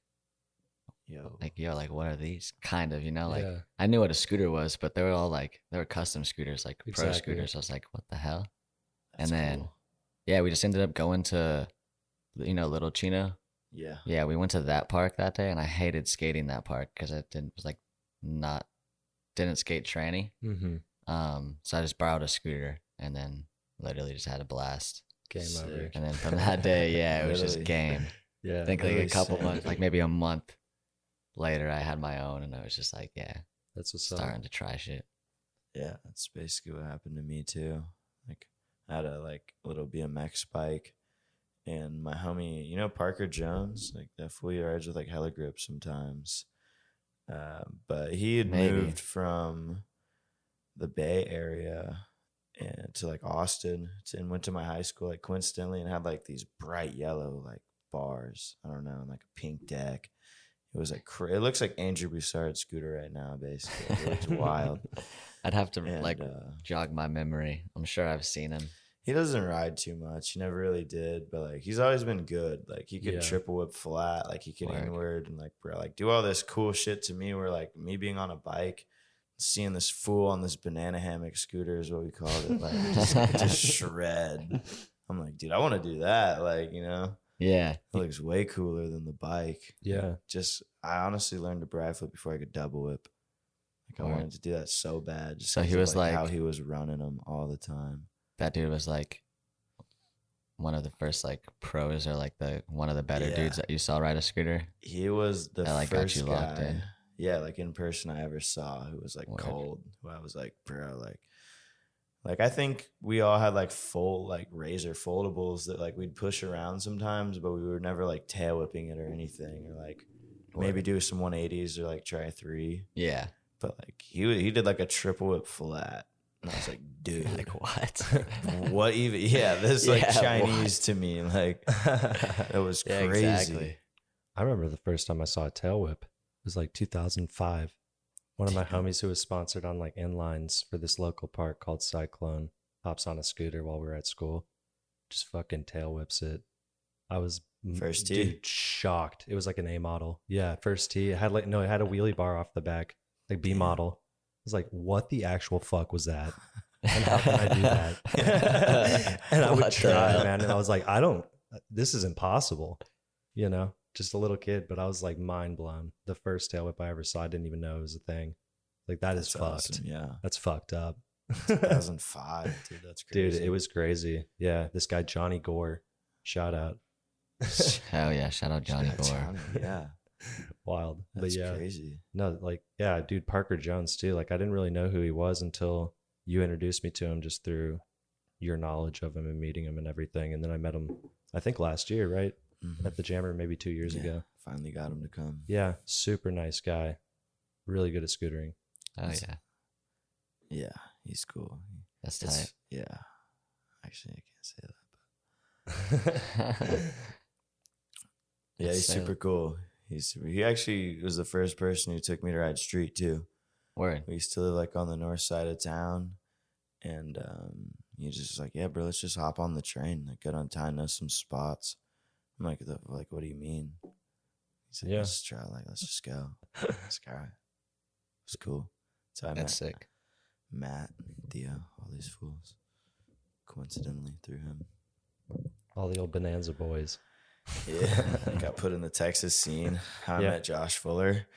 B: Yo.
C: like yo, like what are these? Kind of, you know, like
D: yeah.
C: I knew what a scooter was, but they were all like they were custom scooters, like pro
D: Exactly.
C: scooters. I was like, what the hell?
B: that's
C: and then-
B: cool.
C: Yeah, we just ended up going to, you know, Little Chino,
B: Yeah.
C: Yeah, we went to that park that day, and I hated skating that park because I didn't was like not didn't skate tranny.
D: Mm-hmm.
C: Um, so I just borrowed a scooter and then literally just had a blast.
D: Game over.
B: Sick.
C: And then from
B: *laughs*
C: that day, yeah, it was just
B: Literally.
C: game.
D: Yeah.
C: I think like a
B: Literally
C: couple
B: same.
C: months, like maybe a month later, I had my own, and I was just like, yeah,
D: that's what's up.
C: starting to try shit.
B: Yeah, that's basically what happened to me too. Like I had a like little BMX bike and my homie, you know Parker Jones, like that fool you rides with like hella grip sometimes. Uh, but he had
C: Maybe.
B: moved from the Bay Area and to like Austin to, and went to my high school like coincidentally and had like these bright yellow like bars. I don't know, and like a pink deck. It was like cra- it looks like Andrew Broussard's scooter right now, basically. It looked wild.
C: I'd have to
B: And,
C: like
B: uh,
C: jog my memory. I'm sure I've seen him.
B: he doesn't ride too much. He never really did, but like he's always been good. Like he could
D: Yeah.
B: triple whip flat, like he could
C: Word.
B: inward and like bro, like do all this cool shit to me where like me being on a bike, seeing this fool on this banana hammock scooter is what we called it, like just,
C: *laughs*
B: just shred. I'm like, dude, I want to do that. Like, you know,
C: Yeah,
B: it looks way cooler than the bike.
D: Yeah.
B: Just I honestly learned to bride flip before I could double whip. Like I
C: Word.
B: wanted to do that so bad. Just
C: So
B: 'cause
C: he
B: of,
C: was, like-
B: how he was running them all the time.
C: that dude was like one of the first like pros or like the one of the better
B: Yeah.
C: dudes that you saw ride a scooter.
B: He was the
C: That, like, got
B: first
C: you locked
B: guy,
C: in.
B: yeah, like in person I ever saw who was like
C: Word.
B: cold. Who I was like, bro, like, like I think we all had like fold, like razor foldables that like we'd push around sometimes, but we were never like tail whipping it or anything, or like maybe do some one eighties or like try three.
C: Yeah.
B: But like he wa- he did like a triple whip flat, and I was
C: *laughs*
B: like, dude,
C: Like what?
D: *laughs*
B: what even? Yeah, this like
C: *laughs* Yeah, what?
B: Chinese to me,
C: *laughs*
B: like it was
C: Yeah,
B: crazy.
C: exactly.
D: I remember the first time I saw a tail whip. It was like 2005. One of my
B: Damn.
D: homies who was sponsored on like inlines for this local park called Cyclone hops on a scooter while we were at school, just fucking tail whips it. I was m-
B: First tee?
D: dude, shocked. It was like an A model. Yeah, first tee. It had like no, it had a wheelie bar off the back, like B model. was like, what the actual fuck was that? And how can I
B: *laughs*
D: do *laughs* that? and I would
C: What the
D: try,
C: hell?
D: man. And I was like, I don't, uh, this is impossible. You know, just a little kid, but I was like mind blown. The first tail whip I ever saw, I didn't even know it was a thing. Like, that is
B: That's
D: fucked.
B: awesome, Yeah.
D: That's fucked up.
B: 2005, dude. That's
D: Dude,
B: crazy. *laughs*
D: it was crazy. Yeah. This guy, Johnny Gore, shout out.
C: Hell yeah! Shout out Johnny
B: That's
C: Gore.
B: Johnny, Yeah.
D: Wild. *laughs* but
B: That's
D: yeah.
B: crazy.
D: No, like yeah, dude, Parker Jones too. Like I didn't really know who he was until you introduced me to him just through your knowledge of him and meeting him and everything. And then I met him, I think last year, right
B: Mhm.
D: at the Jammer, maybe two years
B: Yeah.
D: ago.
B: Finally got him to come.
D: Mm-hmm. Yeah, super nice guy, really good at scootering.
C: Oh
B: That's-
C: yeah,
B: Yeah. He's cool.
C: that's
B: It's-
C: tight.
B: yeah. Actually, I can't say that. *laughs*
D: *laughs*
B: Yeah,
C: That's
B: he's
C: silent.
B: super cool. He's super, he actually was the first person who took me to ride street too.
C: Word.
B: We used to live like on the north side of town, and um, he was just like, "Yeah, bro, let's just hop on the train, like get on town, know some spots." I'm like, the, "Like, what do you mean?" He said,
D: Yeah.
B: "Let's just try. Like, let's just go."
D: *laughs*
B: It's like, all right. It's cool. So I met
C: That's sick.
B: Matt, Theo, all these fools, coincidentally through him.
D: All the old Bonanza boys
B: *laughs* Yeah, got put in the Texas
D: *laughs*
B: scene. How I
D: Yeah.
B: met Josh Fuller.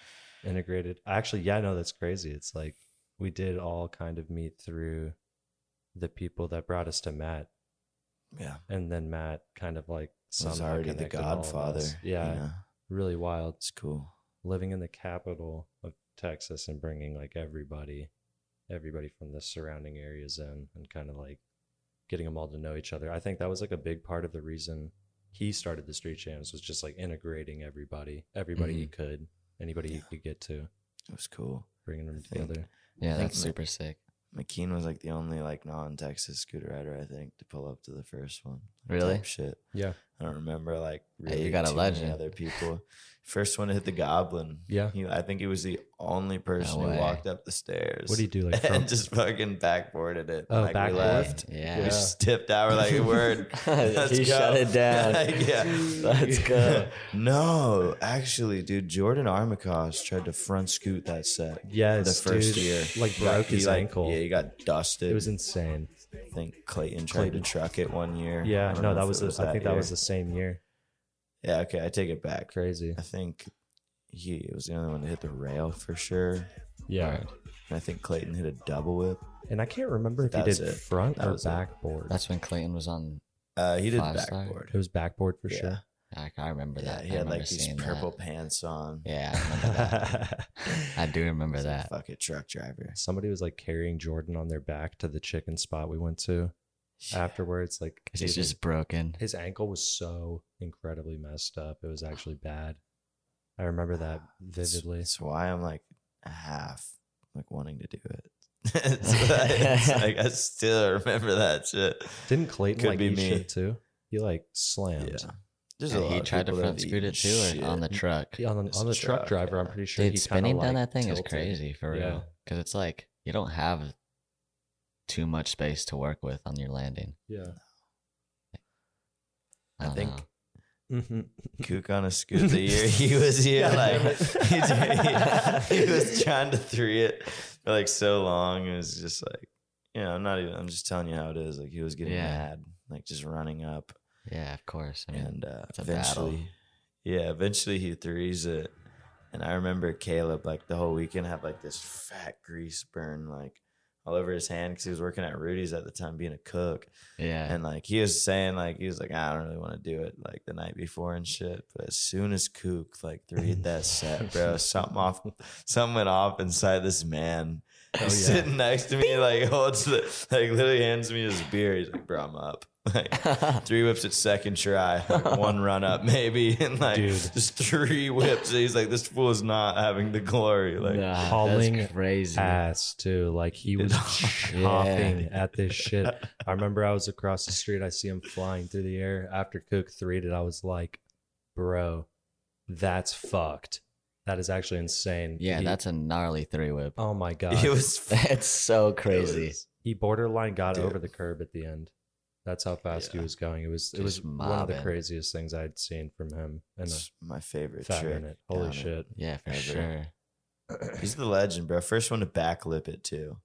D: integrated. Actually, yeah, no, that's crazy. It's like we did all kind of meet through the people that brought us to Matt.
B: Yeah.
D: and then Matt kind of like
B: was
D: somehow
B: already the
D: connected all of
B: godfather.
D: us.
B: you
D: Yeah,
B: know?
D: really wild.
B: it's cool.
D: Living in the capital of Texas and bringing like everybody, everybody from the surrounding areas in, and kind of like getting them all to know each other. I think that was like a big part of the reason he started the street jams was just like integrating everybody, everybody he could, anybody he
B: Mm-hmm. Yeah.
D: could get to,
B: It was cool.
D: bringing them
B: I think-
D: together.
C: Yeah,
B: think
C: that's
B: Ma-
C: super sick.
B: McKean was like the only like non-Texas scooter rider I think to pull up to the first one.
C: Really?
B: Type shit.
D: Yeah,
B: I don't remember like
C: Hey, you
B: really
C: got a
B: too many
C: legend.
B: other people. First one to hit the goblin.
D: yeah.
B: He, I think he was the only person who
C: way.
B: walked up the stairs. *laughs*
D: What do you do like? From,
B: and just fucking backboarded it.
D: Oh,
B: like
D: backboard?
B: we left.
C: Yeah.
B: We
C: *laughs*
D: Yeah.
B: just tipped out. We're like,
D: *laughs*
B: word. Let's
C: he
B: go.
C: shut it down.
B: Like, *laughs* yeah.
C: *laughs* Let's go.
B: No, actually, dude, Jordan Armacost tried to front scoot that set.
D: yes,
B: the first
D: dude.
B: year.
D: like
B: He got-
D: broke
B: he,
D: his
B: like-
D: ankle.
B: Yeah, he got dusted.
D: it was insane.
B: I think Clayton tried
D: Clayton.
B: to truck it one year. I
D: Yeah,
B: don't
D: no,
B: know
D: that
B: if
D: was,
B: it
D: the, I think that was
B: year.
D: the same year.
B: Yeah, okay, I take it back. *laughs*
D: Crazy.
B: I think he was the only one to hit the rail for sure. And
D: Yeah.
B: I think Clayton hit a double whip.
D: And I can't remember if
B: That's
D: he did
B: it.
D: front
B: That
D: or
B: was it.
D: backboard.
C: That's when Clayton was on.
B: Uh, he did
C: Five star?
B: backboard.
D: it was backboard for
B: Yeah.
D: sure.
C: I, I remember
B: Yeah,
C: that.
B: he
C: I
B: had
C: remember
B: like these
C: seeing that.
B: purple pants on.
C: Yeah, I remember that.
B: *laughs*
C: I do remember
B: He's a
C: that.
B: Fucking truck driver.
D: Somebody was like carrying Jordan on their back to the chicken spot we went to afterwards. Like
C: 'Cause he's
D: dude,
C: just broken.
D: his ankle was so incredibly messed up. It was actually bad. I
B: *sighs*
D: remember that
B: That's-
D: vividly.
B: That's why I'm like half like wanting to do it. *laughs* it's like,
C: *laughs*
B: it's like, I still remember that shit.
D: Didn't Clayton
B: Could
D: like
B: be
D: eat
B: me.
D: shit too? He like slammed.
B: Yeah. There's
C: And he
B: of
C: tried to
B: people that have
C: front scoot
B: eaten
C: it too, or on the
B: shit.
C: truck.
D: Yeah, on the,
B: It's
D: on
B: a
D: the truck,
B: truck,
D: driver, I'm
B: yeah.
D: pretty sure
C: Dude,
D: he
C: spinning
D: kinda,
C: down
D: like,
C: that thing
D: tilted.
C: is crazy for real.
D: Yeah.
C: 'Cause real. Because it's like you don't have too much space to work with on your landing.
D: Yeah.
C: I,
B: I
C: don't
B: think
C: know.
B: *laughs*
D: Mm-hmm.
B: Kook on a scoot the year
C: *laughs*
B: he was here.
D: God
B: *laughs*
D: damn
B: like
D: it.
B: he, he was trying to three it for like so long. It was just like, you know, I'm not even. I'm just telling you how it is. Like he was getting
C: Yeah.
B: mad, like just running up,
C: Yeah, of course. I mean,
B: and uh,
C: it's a battle.
B: eventually, yeah, eventually he threes it. And I remember Caleb like the whole weekend had like this fat grease burn like all over his hand because he was working at Rudy's at the time being a cook.
C: yeah, *laughs*
B: And like he was saying, like he was like, I don't really want to do it like the night before and shit. But as soon as Kook like three hit that
D: *laughs*
B: set, bro, something off, something went off inside this man. *laughs* He's
D: Oh, yeah.
B: sitting next to me, like holds the, like literally hands me his beer. He's like, bro, I'm up. *laughs* Like three whips at second try, like one run
D: *laughs*
B: up maybe, and like
D: Dude.
B: just three whips. He's like, this fool is not having the glory. Like,
C: Nah, that's
D: hauling
C: crazy.
D: ass too. Like
B: *laughs*
D: he was *laughs* chopping
C: *laughs*
D: at this shit. I remember I was across the street. I see him flying through the air after Cook threed it. I was like, bro, that's fucked. That is actually insane.
C: yeah,
D: He-
C: that's a gnarly three
D: *laughs*
C: whip. *laughs*
D: oh my
B: *laughs*
D: god.
B: it was
C: That's so crazy.
D: he borderline got
B: Dude.
D: over the curb at the end. That's how fast
B: Yeah.
D: he was going. It was it was
C: Just
D: one of the
C: mobbing.
D: craziest things I'd seen from him in
B: my
D: a
B: favorite
D: fat
B: trick.
D: minute. Holy
B: down it.
D: shit.
C: Yeah, for
B: Ever.
C: sure.
B: He's the legend, bro. First one to backlip it too.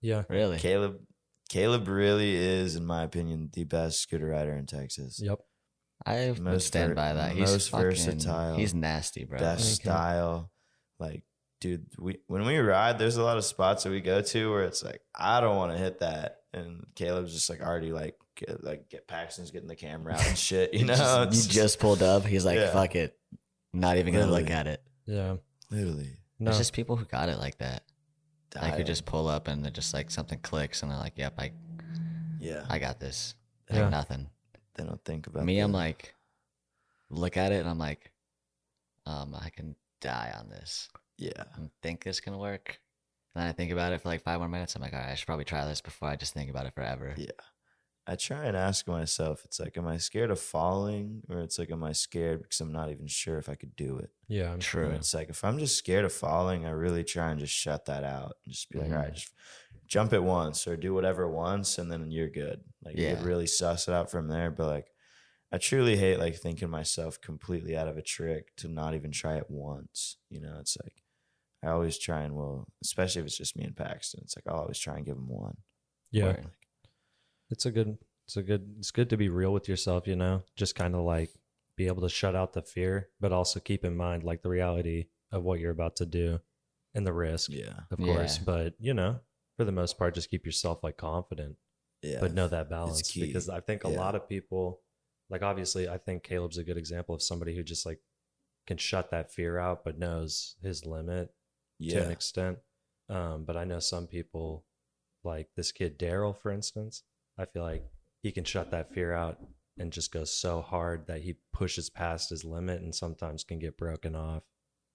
A: Yeah.
C: Really?
B: Caleb Caleb really is, in my opinion, the best scooter rider in Texas.
A: Yep.
C: I would
B: Most
C: stand
B: ver-
C: by that. He's
B: most
C: fucking,
B: versatile.
C: He's nasty, bro.
B: Best
A: Okay.
B: style. Like, dude, we when we ride, there's a lot of spots that we go to where it's like, I don't want to hit that. And Caleb's just like already like get, like get Paxton's getting the camera
C: *laughs*
B: out and shit. You know?
C: Just-
B: It's
C: you just pulled up. He's like,
B: Yeah.
C: fuck it. Not even gonna look
B: Literally.
C: at it.
A: Yeah.
B: literally
A: No.
C: There's just people who got it like that. Like who
B: dying.
C: just pull up and they're just like something clicks and they're like, yep, I
B: Yeah.
C: I got this. Like
A: Yeah.
C: nothing.
B: they don't think about
C: Me, I'm
B: the-
C: like, look at it and I'm like, um, I can die on this.
B: Yeah.
C: I don't think this can work. And then I think about it for like five more minutes. I'm like, all right, I should probably try this before I just think about it forever. *laughs*
B: Yeah. I try and ask myself, it's like, am I scared of falling? Or it's like, am I scared because I'm not even sure if I could do it?
A: yeah.
B: And
C: True.
B: It's like, if I'm just scared of falling, I really try and just shut that out and just be like,
C: Mhm.
B: all right, just jump it once or do whatever once and then you're good. Like, you
C: Yeah.
B: could really suss it out from there. But like, I truly hate like thinking myself completely out of a trick to not even try it once. You know, it's like, I always try and will, especially if it's just me and Paxton, it's like, I'll always try and give him one.
A: Yeah.
C: Word.
A: It's a good.
D: It's a good. It's good to be real with yourself, you know. Just kind of like be able to shut out the fear, but also keep in mind like the reality of what you're about to do, and the risk,
B: Yeah.
D: of
C: Yeah.
D: course. But you know, for the most part, just keep yourself like confident,
B: Yeah.
D: but know that balance
B: key.
D: because I think a
B: Yeah.
D: lot of people, like obviously, I think Caleb's a good example of somebody who just like can shut that fear out, but knows his limit to
B: Yeah.
D: an extent. Um, but I know some people, like this kid Daryl, for instance. I feel like he can shut that fear out and just go so hard that he pushes past his limit and sometimes can get broken off.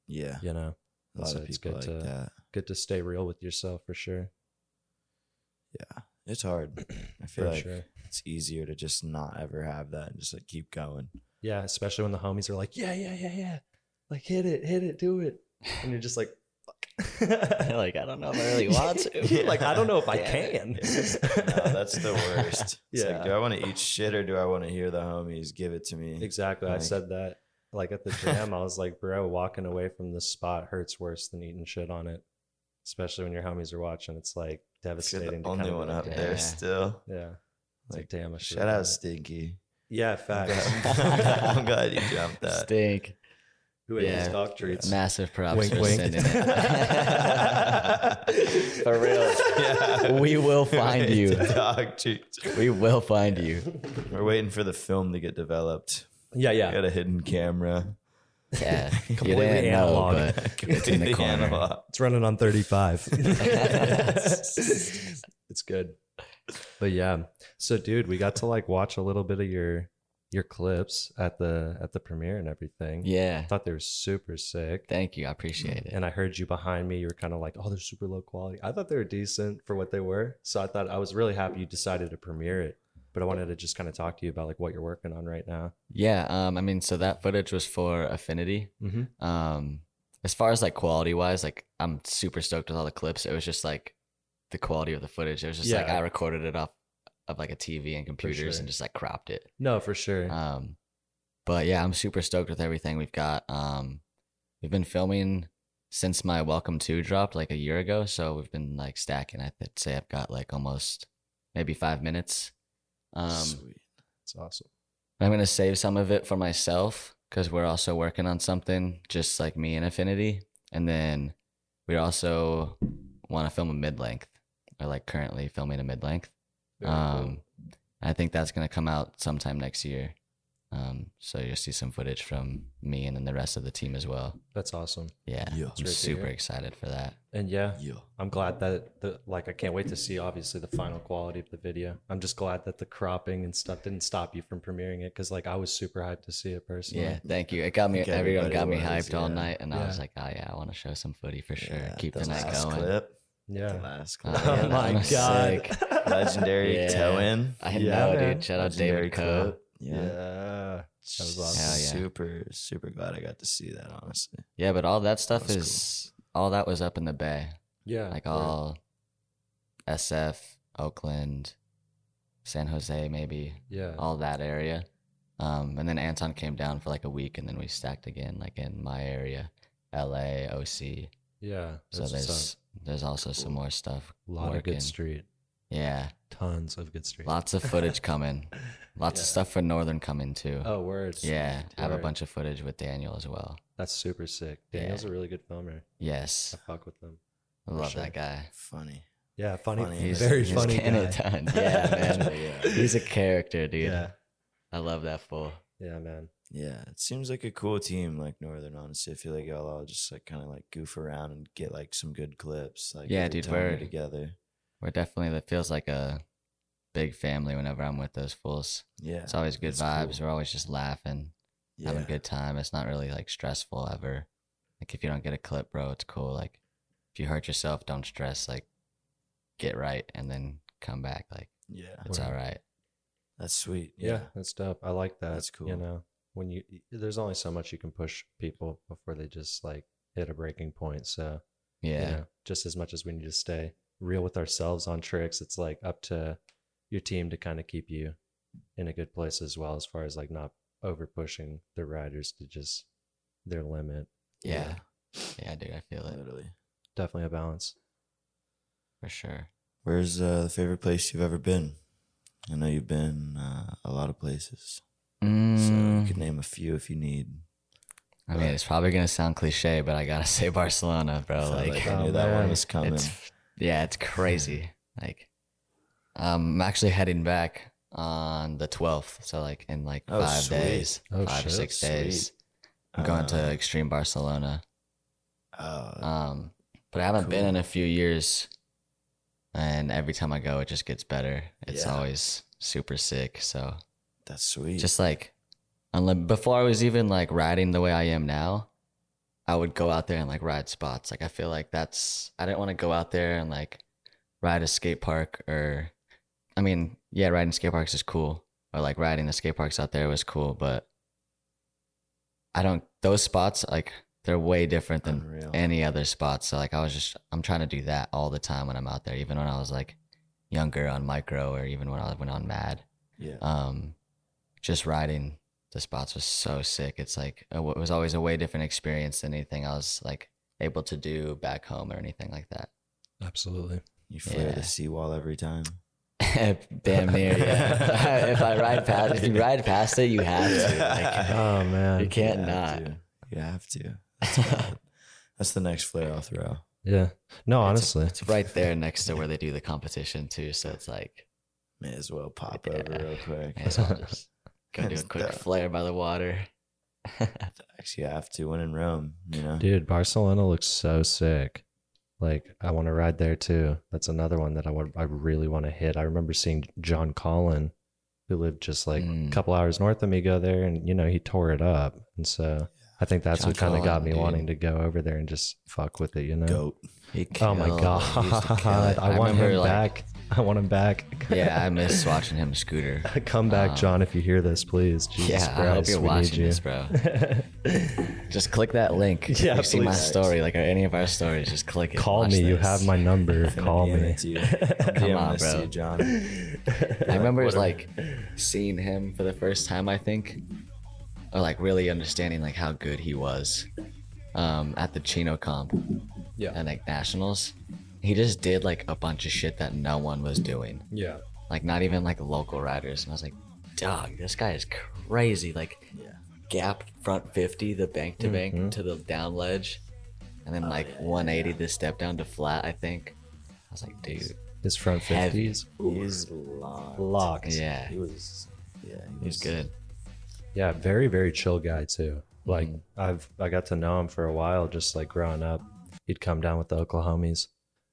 B: Yeah.
D: You know,
B: A lot
D: So
B: of
D: it's
B: people like
D: good to-
B: that.
D: good to stay real with yourself for sure.
B: Yeah. It's *clears throat* hard. I feel
D: For
B: like
D: sure.
B: it's easier to just not ever have that and just like keep going.
D: Yeah, especially when the homies are like, yeah, yeah, yeah, yeah, like hit it, hit it, do it, and you're just like. fuck.
C: *laughs* Like, I don't know if I really want
D: *laughs*
C: to. *laughs*
B: Yeah.
D: like I don't know if I
C: Damn
D: can.
C: it.
B: *laughs*
D: *laughs*
B: No, that's the *laughs* worst. It's like,
D: Yeah.
B: do I want to eat shit or do I want to hear the homies give it to me?
D: Exactly. I
B: Like-
D: said that like at the jam. I was like, bro, walking away from this spot hurts worse than eating shit on it. Especially when your homies are watching. It's like
B: You're
D: devastating.
B: the
D: to
B: only
D: kinda be
B: one
D: like,
B: up
D: "Damn."
B: there
C: Yeah.
B: still.
D: Yeah. It's like,
B: Like,
D: damn, I should've
B: Shout
D: done
B: out
D: that.
B: Stinky.
D: Yeah,
B: I'm
D: facts.
B: glad, I'm glad you jumped that.
C: Stink.
D: *laughs* Who ate his
C: Yeah.
D: dog treats?
C: Massive props
A: Wink,
C: for
A: wink.
C: sending
B: *laughs*
C: it. *laughs* for real.
B: Yeah.
C: We will find
B: *laughs*
C: you.
B: Dog treats.
C: We will find you.
B: We're waiting for the film to get developed.
D: Yeah, yeah.
B: Got a hidden camera.
C: Yeah.
D: Completely
C: you
B: *laughs*
C: didn't
D: analog.
C: *laughs* know, but it's in the
B: Completely
C: corner.
B: analog.
D: It's running on
B: *laughs*
D: 35.
C: Yes.
D: *laughs* it's good. But yeah. So dude, we got to like watch a little bit of your your clips at the at the premiere and everything.
C: Yeah. Mm.
D: I thought they were super sick.
C: Thank you. I appreciate it.
D: And I heard you behind me. You were kind of like, oh, they're super low quality. I thought they were decent for what they were. So I thought I was really happy you decided to premiere it. But I wanted to just kind of talk to you about like what you're working on right now.
C: Yeah. Um, I mean, so that footage was for Affinity.
D: Mm-hmm.
C: Um, as far as like quality wise, like I'm super stoked with all the clips. It was just like the quality of the footage. It was just like
D: Yeah.
C: I recorded it off of like a TV and computers
D: sure.
C: and just like cropped it.
D: No, for sure.
C: Um, but yeah, I'm super stoked with everything we've got. Um, we've been filming since my Welcome to dropped like a year ago, so we've been like stacking. I'd say I've got like almost maybe five minutes. Um,
B: Sweet.
D: It's awesome.
C: I'm gonna save some of it for myself because we're also working on something just like me and Affinity, and then we also want to film a mid length. Or like currently filming a mid length.
D: Very cool.
C: Um, I think that's gonna come out sometime next year. Um, so you'll see some footage from me and then the rest of the team as well.
D: That's awesome.
C: Yeah,
B: Yeah.
C: I'm
D: great to
C: super
D: hear.
C: excited for that.
D: And yeah,
B: Yeah.
D: I'm glad that the like I can't wait to see obviously the final quality of the video. I'm just glad that the cropping and stuff didn't stop you from premiering it because like I was super hyped to see it personally.
C: Yeah, thank you. It got me.
B: think
C: Everyone got me
B: everybody was,
C: hyped all
B: yeah.
C: night, and I was
D: Yeah.
C: like, oh yeah, I want to show some footy for sure.
B: Yeah,
C: Keep the, night
B: last
C: going.
B: Clip.
D: Yeah.
B: The last
C: Oh,
B: clip.
D: *laughs*
C: yeah,
D: Oh
C: that
D: my
C: was
D: god.
C: sick.
D: *laughs*
B: Legendary
C: Yeah.
B: toe in.
C: I
D: Yeah,
C: know,
D: man.
C: dude. Shout out
B: Legendary
C: David Coe.
B: clip. Yeah.
D: yeah. That was awesome.
C: Hell yeah.
B: Super, super glad I got to see that, honestly.
C: Yeah, but all that stuff
B: That was
C: is all that was up in the bay,
D: Yeah.
C: like
D: Right.
C: all SF, Oakland, San Jose, maybe.
D: Yeah.
C: all that area. Um, and then Anton came down for like a week, and then we stacked again, like in my area, LA, OC.
A: Yeah.
C: So
A: that's what's
C: there's there's also some more stuff.
A: up. a lot of
C: working.
A: good street.
C: Yeah,
A: Tons of good street.
C: lots of footage coming. Lots of
D: Yeah.
C: stuff for Northern coming too.
D: Oh, words.
C: yeah, I have a
D: Word.
C: bunch of footage with Daniel as well.
D: That's super sick. Daniel's a really good filmer.
C: Yes,
D: I fuck with them.
C: I love that guy.
B: Funny.
A: Yeah, funny,
B: Funny.
C: He's
A: very
C: he's
A: funny
C: getting
A: guy.
C: it done. Yeah, man.
B: *laughs* yeah.
C: He's a character, dude.
D: Yeah.
C: I love that fool.
D: Yeah, man.
B: Yeah, it seems like a cool team, like Northern. Honestly, I feel like y'all all just like kind of like goof around and get like some good clips. Like
C: Yeah,
B: every
C: dude,
B: time you're
C: we're-
B: together.
C: We're definitely that feels like a big family whenever I'm with those fools.
B: Yeah,
C: It's always good
B: It's
C: vibes.
B: cool.
C: We're always just laughing,
B: yeah,
C: having a good time. It's not really like stressful ever. Like if you don't get a clip, bro, it's cool. Like if you hurt yourself, don't stress. Like get right and then come back. Like
B: yeah.
C: it's
A: Right.
C: all right.
B: That's sweet.
D: Yeah, that's dope. I like that.
B: That's cool.
D: You know, when you there's only so much you can push people before they just like hit a breaking point. So you
C: Yeah.
D: know, just as much as we need to stay real with ourselves on tricks, it's like up to your team to kind of keep you in a good place as well, as far as like not over pushing the riders to just their limit.
C: Yeah. Yeah, dude. I feel it
B: Literally.
D: Definitely a balance.
C: for sure.
B: Where's uh, the favorite place you've ever been? I know you've been uh, a lot of places, so you
C: Mm,
B: could name a few if you need.
C: I mean, it's probably gonna sound cliche, but I gotta *laughs* say Barcelona, bro.
B: Felt
C: Like
B: I
D: Oh,
B: knew that
D: man.
B: one was coming.
C: It's yeah, it's crazy. Like, um, I'm actually heading back on the 12th, so like in like
B: Oh,
C: five
B: sweet.
C: days,
A: Oh,
C: five or
A: shit,
C: six
B: sweet.
C: days. I'm going to
B: Uh,
C: Extreme Barcelona.
B: Uh,
C: Um, but I haven't been
B: cool.
C: in a few years, and every time I go, it just gets better. It's
B: Yeah.
C: always super sick. So
B: that's sweet.
C: just like, unless before I was even like riding the way I am now, I would go out there and like ride spots. Like I feel like that's I didn't want to go out there and like ride a skate park or, I mean, yeah, riding skate parks is cool. Or like riding the skate parks out there was cool, but I don't. Those spots like they're way different than
B: Unreal.
C: any other spot. So like I was just I'm trying to do that all the time when I'm out there, even when I was like younger on micro or even when I went on mad.
B: yeah,
C: Um just riding the spots was so sick. It's like it wa- it was always a way different experience than anything I was like able to do back home or anything like that. *laughs*
A: Absolutely.
B: you flare
C: yeah.
B: the seawall every time.
C: Damn near. Yeah. *laughs* if I ride past if you ride past it, you have to.
D: Oh man. *laughs*
C: Like you can't
B: you
C: not.
B: Have to. You have to.
C: *laughs*
B: That's, bad. That's the next flare off throw.
D: Yeah. No, honestly.
C: It's right there next to where they do the competition too. So it's like
B: May as well pop
C: Yeah.
B: over real quick.
C: May as well just go do a
B: Just
C: quick
B: that.
C: flare by the water.
B: Actually, I have to when in Rome, you know.
D: Dude, Barcelona looks so sick. Like I want to ride there too. That's another one that I would I really want to hit. I remember seeing John Collin, who lived just like
C: Mm.
D: a couple hours north of me, go there, and you know he tore it up. And so I think that's
C: John
D: what kind of got
C: Collin,
D: me
C: dude.
D: wanting to go over there and just fuck with it. You know.
B: Goat.
C: He
D: Oh my
C: killed it. He used to kill
D: *laughs* god!
C: it.
D: I, want
C: remember,
D: him
C: like-
D: back. I want him back.
C: yeah, I miss watching him scooter.
D: *laughs* Come back,
C: Um,
D: John, if you hear this, please. Jesus
C: yeah,
D: Christ,
C: I hope you're
D: we need
C: watching
D: you.
C: this, bro. Just click that link.
D: *laughs*
C: if
D: Yeah,
C: you see my
D: please.
C: story, like or any of our stories, just click
D: *laughs*
C: it.
D: Call
C: Watch
D: me. You
C: this.
D: have my
C: *laughs*
D: number. Call
B: DM
D: me.
B: it to you. DM
C: on,
B: this to
C: bro.
B: you, John.
C: I remember like seeing him for the first time, I think, or like really understanding like how good he was um, at the Chino comp
A: Yeah.
C: and like nationals. He just did like a bunch of shit that no one was doing,
A: yeah.
C: like not even like local riders. And I was like, dog, this guy is crazy. Like gap front 50, the bank to
B: Mm-hmm.
C: bank to the down ledge, and
B: Oh,
C: then like 180 the step down to flat, I think. I was like, dude,
D: His front
C: Heavy.
D: fifties
B: He's locked.
D: locked.
C: yeah,
B: He was. Yeah, he
C: he's
B: was
C: good.
D: Yeah, very very chill guy too. Like I've I got to know him for a while, just like growing up. He'd come down with the Oklahomies,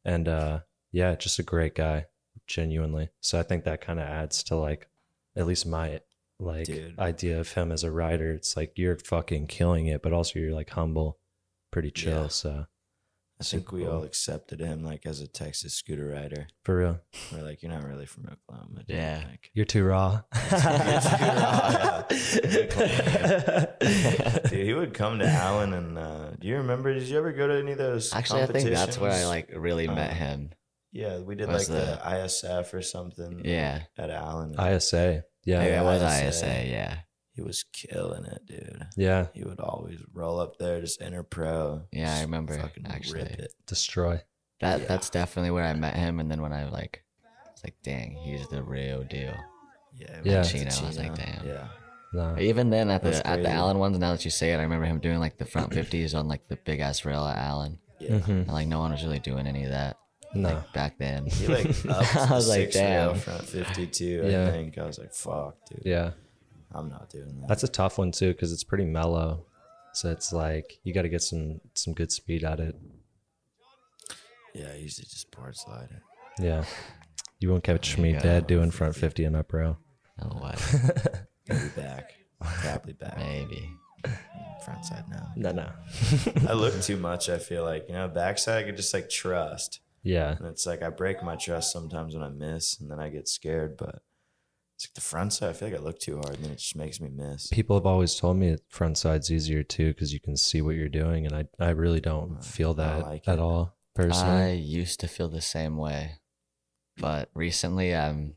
D: and uh, yeah, just a great guy, genuinely. So I think that kind of adds to like, at least my like
B: Dude.
D: idea of him as a writer. It's like you're fucking killing it, but also you're like humble, pretty chill.
B: Yeah.
D: So
B: I think we
D: cool.
B: all accepted him like as a Texas scooter rider.
D: for real,
B: We're like, you're not really from Oklahoma. dude."
C: Yeah. *laughs*
B: Like, *laughs*
D: you're too raw.
C: *laughs*
B: dude, he would come to Allen and uh, do you remember? Did you ever go to any of those?
C: Actually, I think that's where I
B: competitions?
C: like really met
B: Uh,
C: him.
B: Yeah, we did like
C: was
B: the,
C: the-
B: ISF or something.
C: Yeah,
B: At Allen.
D: ISA, yeah,
C: maybe I was
B: ISA.
C: ISA. Yeah,
B: He was killing it, dude.
D: Yeah.
B: He would always roll up there, just enter pro.
C: Yeah, I
B: just
C: remember,
B: Fucking
C: actually.
B: rip it.
D: Destroy.
C: That
B: Yeah.
C: that's definitely where I met him, and then when I like, it's like, dang, he's the real deal.
B: Yeah,
D: Yeah.
B: it was
C: Chino, I was
B: Chino.
C: like, damn.
B: Yeah,
D: No.
C: Even then, at
B: That's
C: the at the
B: crazy.
C: Allen ones, now that you say it, I remember him doing like the front fifties on like the big ass rail at Allen,
B: yeah.
D: Mhm.
C: and like no one was really doing any of that
D: No. *laughs*
C: back then.
B: He
C: *laughs*
B: like upped
C: I was
B: the
C: like,
B: six rail
C: damn.
B: front fifty two. I
D: Yeah.
B: think I was like, fuck, dude.
D: Yeah.
B: I'm not doing that.
D: That's a tough one too because it's pretty mellow. So it's like you got to get some some good speed at it.
B: yeah, I usually just board slide it.
D: Yeah. You won't catch me
C: Yeah.
D: dad doing front 50 and up row.
C: No Oh, what?
D: *laughs*
B: Maybe back, probably back.
C: Maybe.
B: Front side
C: *laughs*
B: now.
D: No, no.
B: I look too much. I feel like you know, backside I could just like trust,
D: Yeah.
B: and it's like I break my trust sometimes when I miss, and then I get scared. But it's like the front side. I feel like I look too hard, and then it just makes me miss.
D: People have always told me that front side's easier too because you can see what you're doing. And I, I really don't feel that
B: like
D: at
B: it.
D: all
C: I
D: personally.
C: used to feel the same way, but recently I'm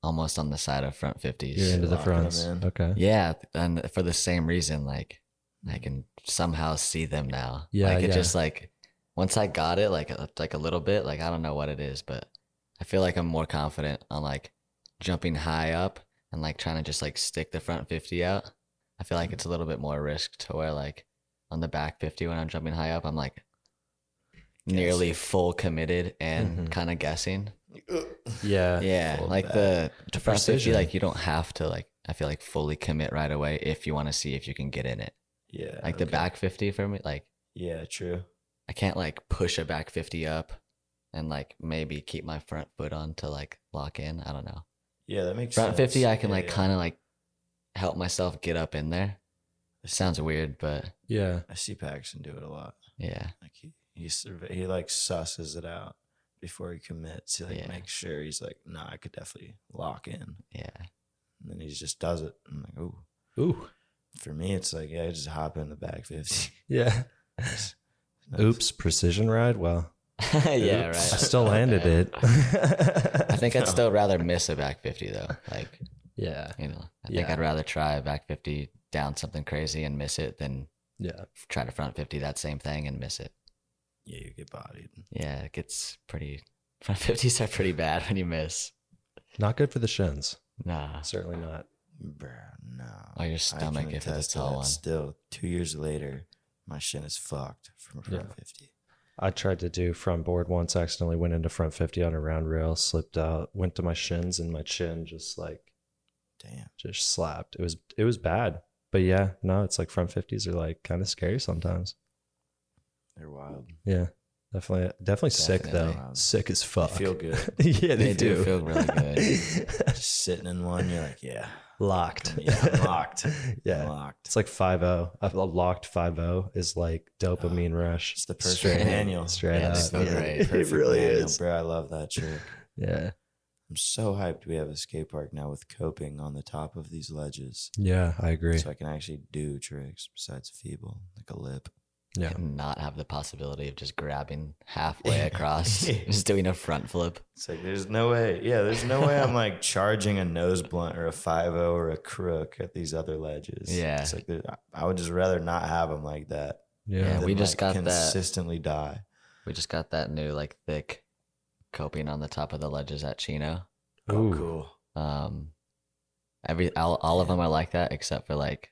C: almost on the side of front
D: You're
C: fifties.
D: into the
B: Locking 'em
D: fronts.
B: in.
D: Okay.
C: Yeah, and for the same reason, like I can somehow see them now.
D: Yeah,
C: like it
D: yeah.
C: just like once I got it, like a- like a little bit, like I don't know what it is, but I feel like I'm more confident on like jumping high up and like trying to just like stick the front fifty out. I feel like it's a little bit more risk to where like on the back fifty when I'm jumping high up, I'm like nearly full committed and
D: Mhm.
C: kind of guessing.
D: Yeah.
C: Yeah,
B: Full
C: like
B: back.
C: the
D: To
C: front 50, like you don't have to like I feel like fully commit right away if you want to see if you can get in it.
B: Yeah,
C: Like the
B: okay.
C: back 50 for me, like
B: Yeah, true.
C: I can't like push a back 50 up and like maybe keep my front foot on to like lock in. I don't know.
B: Yeah, that makes
C: Front
B: sense.
C: 50 I can
B: Yeah,
C: like
B: yeah.
C: kind of like help myself get up in there. It sounds weird, but
D: yeah.
B: I see Paxton do it a lot.
C: yeah.
B: Like he he surve- he like susses it out before he commits. He like
C: Yeah.
B: makes sure he's like, no, nah, I could definitely lock in.
C: Yeah. *laughs*
B: And then he just does it. I'm like, ooh.
D: Ooh.
B: For me, it's like, yeah, I just hop in the back fifty.
D: Yeah.
B: It's nuts.
D: Oops. Precision ride. Well,
C: yeah, right.
D: oops, I still *laughs*
C: *laughs*
D: landed
C: Okay.
D: it.
C: I
B: *laughs*
C: think I'd
B: No.
C: still rather miss a back 50 though. Like
D: yeah.
C: you know, I think
D: Yeah.
C: I'd rather try a back 50 down something crazy and miss it than
D: Yeah.
C: try to front 50 that same thing and miss it.
B: Yeah, you get bodied.
C: Yeah, it gets pretty, *laughs* front 50s are pretty bad when you miss.
D: Not good for the shins.
C: Nah.
D: Certainly not.
B: Bro, no.
C: Or Oh, your
B: I
C: stomach
B: can
C: if it's a
B: attest to
C: tall
B: that
C: one.
B: Still, two years later, my shin is fucked from front
D: Yeah.
B: fifty.
D: I tried to do front board once, accidentally went into front 50 on a round rail, slipped out, went to my shins, and my chin just like
B: Damn.
D: just slapped. It was it was bad. But yeah, no, it's like front 50s are like kind of scary sometimes.
B: They're wild.
D: Yeah. Definitely definitely sick though.
B: Definitely.
D: Sick as fuck.
B: I
D: *laughs*
B: feel good.
C: *laughs*
D: yeah, they,
C: They do
D: *laughs*
C: feel really good.
B: just sitting in one, you're like, yeah,
D: locked.
C: *laughs*
B: yeah, I'm locked.
D: *laughs* Yeah.
B: I'm locked.
D: It's like 5-0. A a locked 5-0 is like dopamine rush.
B: Oh, It's the perfect
D: Straight-
B: manual.
D: Straight
C: Yeah,
D: up.
C: it's the
D: *laughs*
C: great. It
B: Perfect
D: really
B: manual,
D: is.
B: Bro, I love that trick.
D: Yeah.
B: I'm so hyped we have a skate park now with coping on the top of these ledges.
D: Yeah, I agree.
B: So I can actually do tricks besides feeble, like a lip.
D: Yeah.
C: And Not have the possibility of just grabbing
D: *laughs*
C: halfway across, just doing a front flip.
B: It's like there's no way. Yeah, there's no way I'm
C: *laughs*
B: like charging a nose blunt or a 5 or a crook at these other ledges.
C: Yeah.
B: It's like there- I would just rather not have them like that.
D: Yeah.
C: Yeah. we just got that.
B: consistently die.
C: We just got that new, like, thick coping on the top of the ledges at Chino.
D: Ooh.
B: cool.
C: Um, every all, all of them are like that except for like,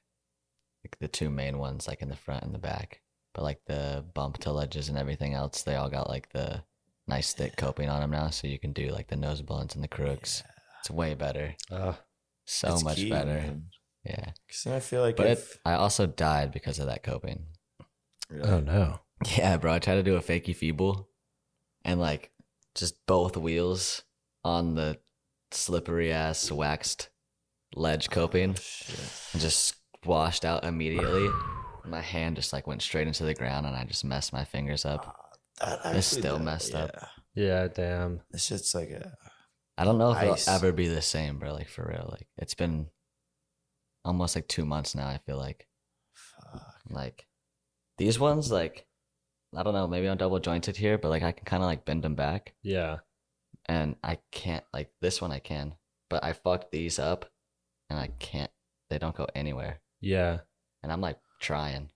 C: like the two main ones, like in the front and the back. But like the bump to ledges and everything else, they all got like the nice thick coping on them now, so you can do like the nose blunts and the crooks. It's way better,
D: Ah,
C: so
B: It's
C: much
B: key,
C: better.
B: man.
C: Yeah,
B: Cause I feel like
C: but
B: if
C: I also died because of that coping.
D: oh
C: um,
D: no.
C: *laughs* Yeah, bro, I tried to do a fakey feeble, and like just both wheels on the slippery ass waxed ledge coping. and just squashed out immediately. My hand just like went straight into the ground, and I just messed my fingers up.
B: It's
C: still messed up.
D: Yeah, damn.
B: This shit's like a
C: I don't know if
B: Nice.
C: it'll ever be the same, bro. Like for real, like it's been almost like two months now. I feel like
B: fuck.
C: like these ones, like I don't know, maybe I'm double jointed here, but like I can kind of like bend them back,
D: Yeah.
C: and I can't like this one I can, but I fucked these up, and I can't they don't go anywhere.
D: Yeah.
C: And I'm like trying.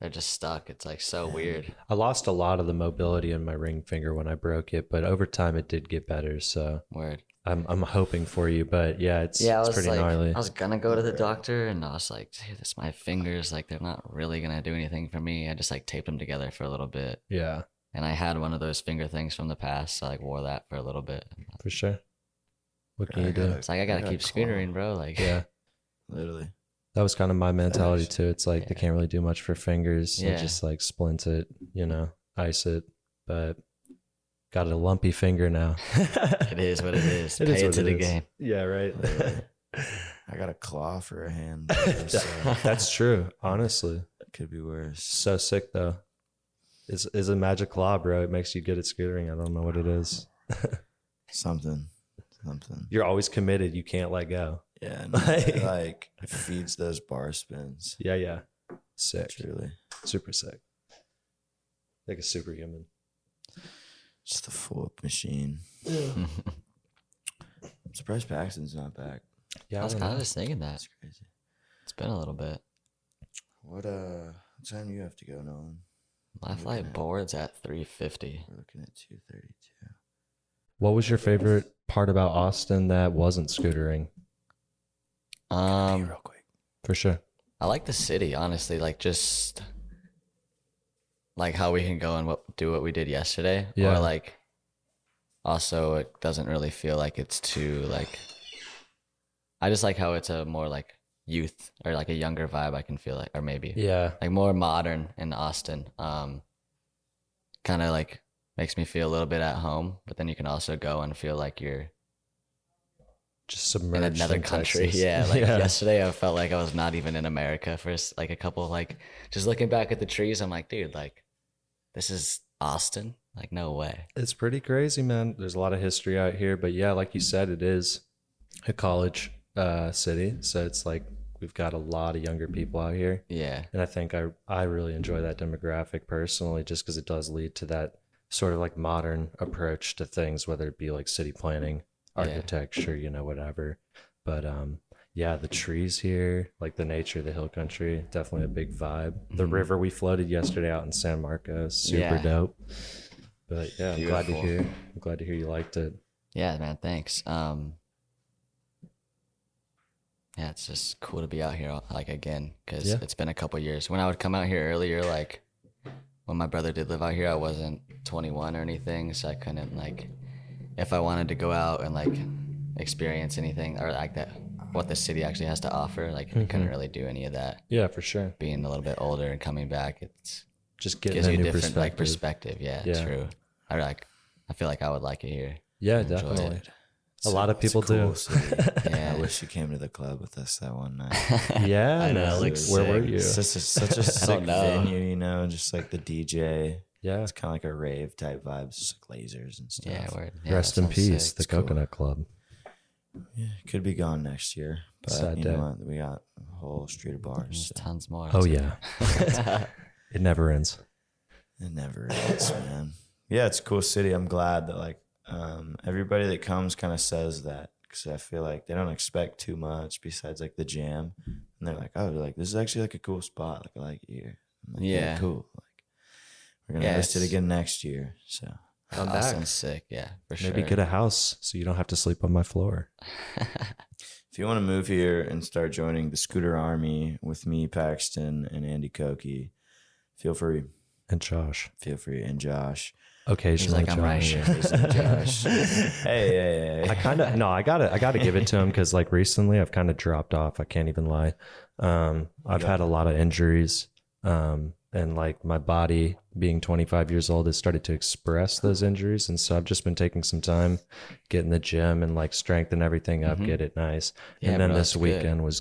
C: They're just stuck. It's like so weird.
D: I lost a lot of the mobility in my ring finger when I broke it, but over time it did get better. So
C: Word.
D: I'm I'm hoping for you, but yeah, it's
C: Yeah, I
D: it's
C: was
D: pretty
C: like,
D: gnarly.
C: I was gonna go to the doctor, and I was like, dude, this my fingers, like they're not really gonna do anything for me. I just like taped them together for a little bit,
D: yeah,
C: and I had one of those finger things from the past, so I like wore that for a little bit.
D: for sure. What can
B: I
D: you do?
B: gotta-
C: It's like I gotta
B: got
C: keep
B: claw.
C: scootering, bro. Like,
D: Yeah.
B: Literally.
D: That was kind of my mentality too. It's like they
C: Yeah.
D: can't really do much for fingers. They
C: Yeah.
D: just like splint it, you know, ice it. But got a lumpy finger now.
C: *laughs* it is what it
D: *laughs*
C: is.
D: It
C: Pay
D: is
C: it
D: what
C: to
D: it
C: the
D: is.
C: game. *laughs*
D: Yeah, right. *laughs*
B: I got a claw for a
C: *laughs*
B: hand. so
D: That's true. Honestly,
B: it could be worse.
D: so sick though. Is is a magic law, bro? It makes you good at scootering. I don't know what it is.
B: Something. Something.
D: You're always committed. You can't let go.
B: Yeah. No,
C: *laughs*
B: it, like it feeds those bar spins.
D: Yeah, yeah. Sick.
B: Truly.
D: Super sick. Like a superhuman.
B: Just the full up machine. I'm surprised Paxton's not back.
D: Yeah,
C: I was
D: don't
C: kind
D: know.
C: of just thinking that.
B: That's crazy.
C: It's been a little bit.
B: What uh what time do you have to go, Nolan?
C: My flight boards at 3:50.
B: We're looking at two thirty two.
D: What was your favorite part about Austin that wasn't scootering?
C: Um,
B: real quick.
D: For sure.
C: I like the city, honestly. Like just like how we can go and what do what we did yesterday,
D: Yeah.
C: or like also it doesn't really feel like it's too like. I just like how it's a more like youth or like a younger vibe. I can feel like, or maybe
D: Yeah.
C: like more modern in Austin. Um, kind of like makes me feel a little bit at home, but then you can also go and feel like you're
D: Just submerged
C: in another
D: in
C: country.
D: Texas. *laughs*
C: Yeah, like yesterday, I felt like I was not even in America for s- like a couple like just looking back at the trees. I'm like, dude, like this is Austin. Like no way.
D: It's pretty crazy, man. There's a lot of history out here, but yeah, like you said, it is a college uh, city, so it's like we've got a lot of younger people out here,
C: Yeah,
D: and I think I I really enjoy that demographic personally, just because it does lead to that sort of like modern approach to things, whether it be like city planning,
C: Yeah.
D: architecture, you know, whatever. But um, yeah, the trees here, like the nature of the hill country, definitely a big vibe. The
C: Mhm.
D: river we floated yesterday out in San Marcos, super
C: Yeah.
D: dope. But yeah, I'm glad to
C: Beautiful.
D: hear. I'm glad to hear you liked it.
C: yeah, man. Thanks. Um, yeah, it's just cool to be out here like again because
D: Yeah.
C: it's been a couple years. When I would come out here earlier, like when my brother did live out here, I wasn't 21 or anything, so I couldn't like if I wanted to go out and like experience anything or like that what the city actually has to offer, like I
D: Mm-hmm.
C: couldn't really do any of that.
D: Yeah, for sure.
C: Being a little bit older and coming back, it's
D: Just getting
C: gives
D: a
C: you a
D: new
C: different
D: perspective.
C: like perspective. Yeah,
D: Yeah.
C: true. I like. I feel like I would like
D: *laughs*
C: it here.
D: yeah,
C: enjoy
D: definitely.
C: it.
D: A lot of people do. *laughs*
B: I
C: Yeah,
B: wish you came to the club with us that one night.
C: *laughs*
D: Yeah,
C: I know, it
D: man.
C: looks
D: Where were
C: sick.
D: you?
B: Such a, *laughs* such a
C: don't
B: sick
C: know.
B: venue, you know, just like the DJ.
D: Yeah.
B: It's kind of like a rave type vibes, just like lasers and stuff.
C: yeah. Word. Yeah,
D: Rest
C: that
D: in
C: sounds
D: peace,
C: sick.
D: the Coconut Club.
B: Yeah, could be gone next year, but
D: Sad
B: you
D: day.
B: know what? We got a whole street of bars.
C: There's tons more.
D: Oh
C: *laughs*
D: yeah, it never ends.
B: It never is, man. Yeah, it's a cool city. I'm glad that like um, everybody that comes kind of says that because I feel like they don't expect too much besides like the jam, and they're like, oh, like this is actually like a cool spot. Like I like it here. I'm like,
C: Yeah.
B: cool. Like we're gonna
C: Yeah,
B: host it
C: it's-
B: again next year. So
D: Come
C: Austin's
D: back.
C: sick. Yeah, for sure.
D: Maybe get a house so you don't have to sleep on my floor.
B: if you want to move here and start joining the Scooter Army with me, Paxton, and Andy Koki, feel free.
D: And Josh,
B: Feel free, and Josh.
D: occasionally
C: like, "I'm right
D: Josh.
C: here."
B: Josh. hey, hey, hey.
D: I kind of no, I gotta, I gotta give it to him because like recently I've kind of dropped off. I can't even lie. Um, I've
B: Yeah.
D: had a lot of injuries, um, and like my body being 25 years old has started to express those injuries, and so I've just been taking some time, getting the gym and like strengthen everything up,
C: Mhm.
D: get it nice.
C: Yeah,
D: and then
C: bro,
D: this
C: that's good.
D: weekend was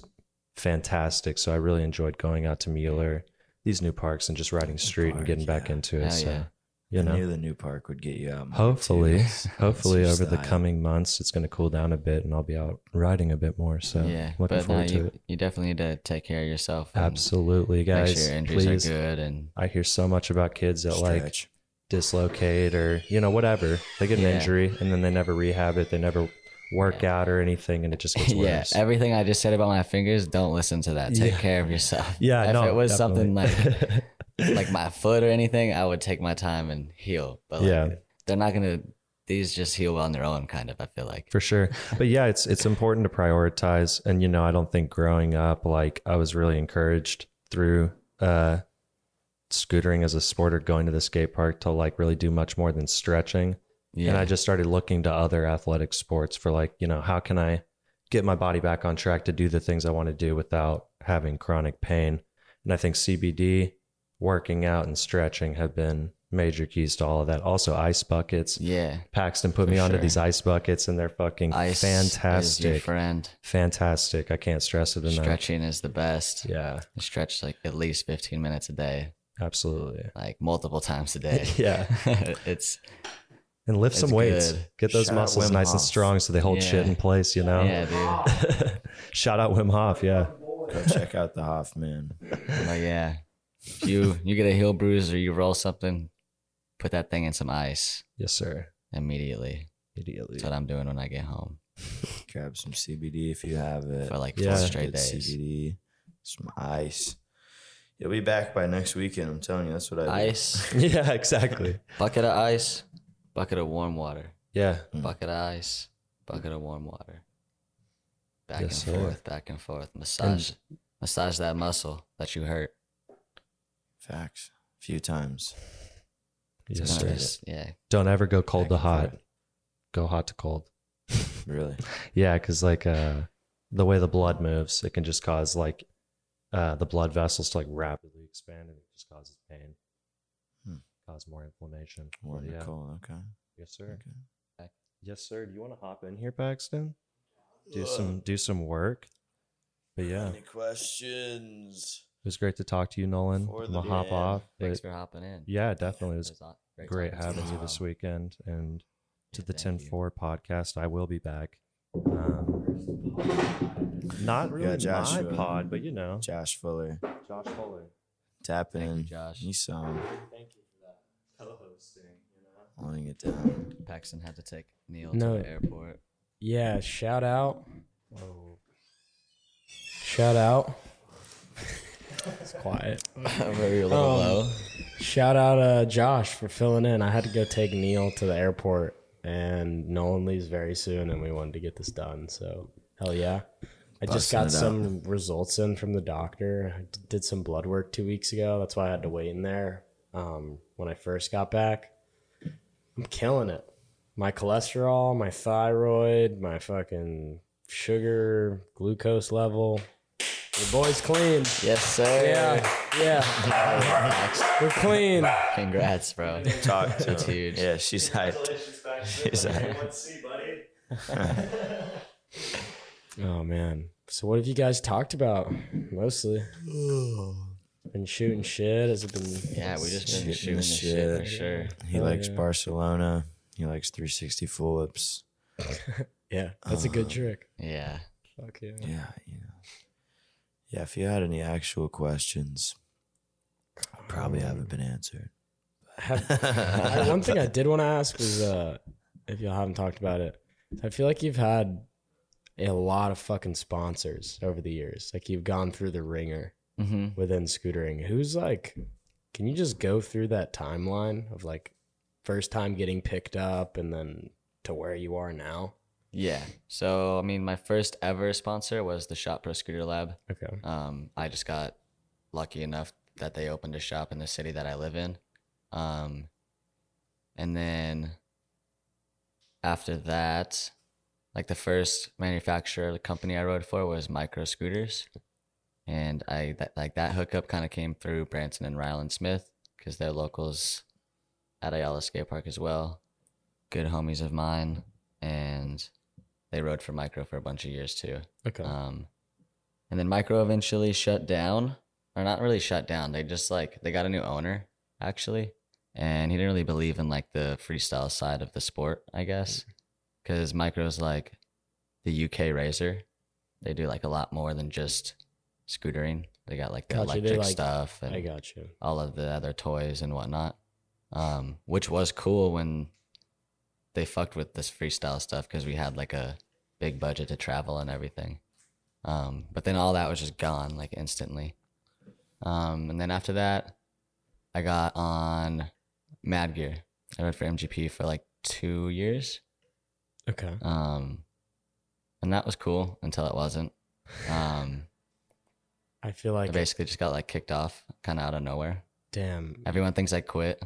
D: fantastic. So I really enjoyed going out to Mueller, these new parks, and just riding street and
B: park,
D: getting back
B: yeah.
D: into it.
C: Hell
D: so
C: yeah.
D: you
B: I
D: know,
B: knew the new park would get you out. more, too.
D: hopefully,
B: That's- that's
D: hopefully
B: your
D: over the
B: style.
D: coming months, it's going to cool down a bit, and I'll be out riding a bit more. So
C: yeah,
D: looking
C: but no,
D: forward to
C: you,
D: it.
C: you definitely need to take care of yourself. and
D: Absolutely,
C: Make
D: guys.
C: sure your injuries
D: please.
C: are good and
D: I hear so much about kids that like
B: Stretch.
D: dislocate or you know whatever they get an
C: Yeah.
D: injury and then they never rehab it. They never workout or anything, and it just gets
C: *laughs* yeah,
D: worse.
C: everything I just said about my fingers, don't listen to that. Take
D: Yeah.
C: care of yourself.
D: *laughs* Yeah,
C: if
D: no,
C: it was something like
D: *laughs* definitely.
C: like my foot or anything, I would take my time and heal. But like,
D: Yeah.
C: they're not gonna. These just heal on their own, kind of. I feel like.
D: for sure but yeah it's it's important to prioritize and you know i don't think growing up like i was really encouraged through uh scootering as a sport or going to the skate park to like really do much more than stretching
C: Yeah.
D: and i just started looking to other athletic sports for like you know how can i get my body back on track to do the things i want to do without having chronic pain and i think cbd working out and stretching have been major keys to all of that also ice buckets *laughs*
C: yeah.
D: Paxton put
C: For
D: me onto
C: sure.
D: these ice buckets, and they're fucking
C: Ice Is your
D: fantastic.
C: friend.
D: Fantastic. I can't stress it enough.
C: Stretching is the best.
D: uh, Yeah,
C: Stretch like at least 15 minutes a day,
D: absolutely.
C: like multiple times a day.
D: *laughs* Yeah.
C: *laughs* it's
D: And lift some
C: It's
D: weights.
C: good.
D: Get those
B: Shout out
D: muscles
B: Wim
D: nice and
B: Hof.
D: strong so they hold shit
C: Yeah.
D: in place, you know?
C: yeah, dude.
D: *laughs* Shout out Wim Hof. Yeah.
B: Go check out the Hoffman.
C: But yeah, if you you get a heel bruise or you roll something, put that thing in some ice
D: Yes, sir.
C: immediately.
D: Immediately.
C: That's what I'm doing when I get home
B: Grab some CBD if you have it.
C: for like
D: Yeah.
C: four straight
B: Good
C: days.
B: CBD, some ice. You'll be back by next weekend. I'm telling you, that's what I do.
C: Ice,
D: *laughs* Yeah, exactly.
C: bucket of ice, bucket of warm water,
D: Yeah.
C: bucket of ice, bucket of warm water. Back
D: Yes,
C: and
D: sir.
C: forth, back and forth. Massage, massage that muscle that you hurt.
B: Facts. A few times.
D: Yes,
C: Kinda
D: sir.
C: just- yeah,
D: Don't ever go cold to
B: Back and
D: hot. Go hot to cold.
B: Really.
D: Yeah, because like uh, the way the blood moves, it can just cause like uh, the blood vessels to like rapidly expand, and it just causes pain,
B: Hmm.
D: cause more inflammation. But yeah.
B: Wonderful. Okay.
D: Yes, sir.
B: Okay.
D: Yes, sir. Do you want to hop in here, Paxton? Do some do some work. But yeah, it
B: Any questions?
D: was great to talk to you, Nolan.
B: For
D: I'm
B: the
D: gonna hop
B: man.
D: off.
C: thanks
D: but
C: for hopping in.
D: yeah, definitely. It was
C: aw-
D: great
C: talking to
D: having
C: you.
D: you this weekend, and to
C: Yeah,
D: the Ten
C: thank you.
D: Four podcast. I will be back. Um, not really my
B: Joshua.
D: pod, but you know,
B: Josh Fuller.
D: Josh Fuller.
B: Tap
C: Thank
B: in.
C: you, Josh.
B: You saw him.
D: Thank you for that co-hosting. You know?
B: Holding it down.
C: Paxton had to take Neil
E: No.
C: to the airport.
E: Yeah, shout out. Shout out. it's quiet.
C: *laughs* Maybe a little
E: Um,
C: low.
E: Shout out uh, Josh for filling in. I had to go take Neil to the airport, and Nolan leaves very soon, and we wanted to get this done. So hell yeah! I just
B: Busting it
E: got
B: out.
E: some results in from the doctor. I d- did some blood work two weeks ago. That's why I had to wait in there um, when I first got back. I'm killing it. My cholesterol, my thyroid, my fucking sugar, glucose level. Your boy's clean.
C: Yes, sir.
E: Yeah, yeah. We're clean.
C: Congrats, bro.
B: Talk to
C: That's
B: him.
C: huge.
B: Yeah, she's hyped. She's hyped.
E: Oh man. So what have you guys talked about mostly? been shooting shit? Has it been
C: Yeah, we just
B: Shooting
C: been shooting
B: the
C: the shit for
B: shit.
C: sure.
B: He
E: Oh,
B: likes
E: yeah.
B: Barcelona. He likes 360 full whips.
E: Yeah, that's a good
B: Uh,
E: trick.
C: Yeah.
E: Fuck yeah.
B: Yeah, you know. Yeah, if you had any actual questions, probably haven't been answered. *laughs*
E: Um, Have, I- Mm. *laughs* one thing I did want to ask was uh if y'all haven't talked about it. I feel like you've had a lot of fucking sponsors over the years. Like you've gone through the ringer
C: Mm-hmm.
E: within scootering. Who's like can you just go through that timeline of like first time getting picked up and then to where you are now?
C: Yeah. So, I mean, my first ever sponsor was the Shop Pro Scooter Lab.
E: Okay.
C: Um, I just got lucky enough that they opened a shop in the city that I live in. Um, and then after that, like the first manufacturer the company I rode for was Micro Scooters, and I that, like that hookup kind of came through Branson and Ryland Smith because they're locals at Ayala Skate Park as well, good homies of mine, and they rode for Micro for a bunch of years too.
E: Okay.
C: Um, and then Micro eventually shut down, or not really shut down. They just like they got a new owner actually, and he didn't really believe in like the freestyle side of the sport, I
E: Mm.
C: guess, because Micro's like the UK racer. They do like a lot more than just scootering. They got like the
E: Gotcha, they,
C: electric
E: like-
C: stuff and
E: I got you.
C: all of the other toys and whatnot, um, which was cool when they fucked with this freestyle stuff because we had like a big budget to travel and everything. Um, but then all that was just gone like instantly. Um, and then after that, I got on Mad Gear. I rode for MGP for like two years.
F: Okay.
C: Um, and that was cool until it wasn't. Um,
F: I feel
C: I
F: like
C: basically just got like kicked off kind of out of nowhere.
F: damn.
C: Everyone thinks I quit.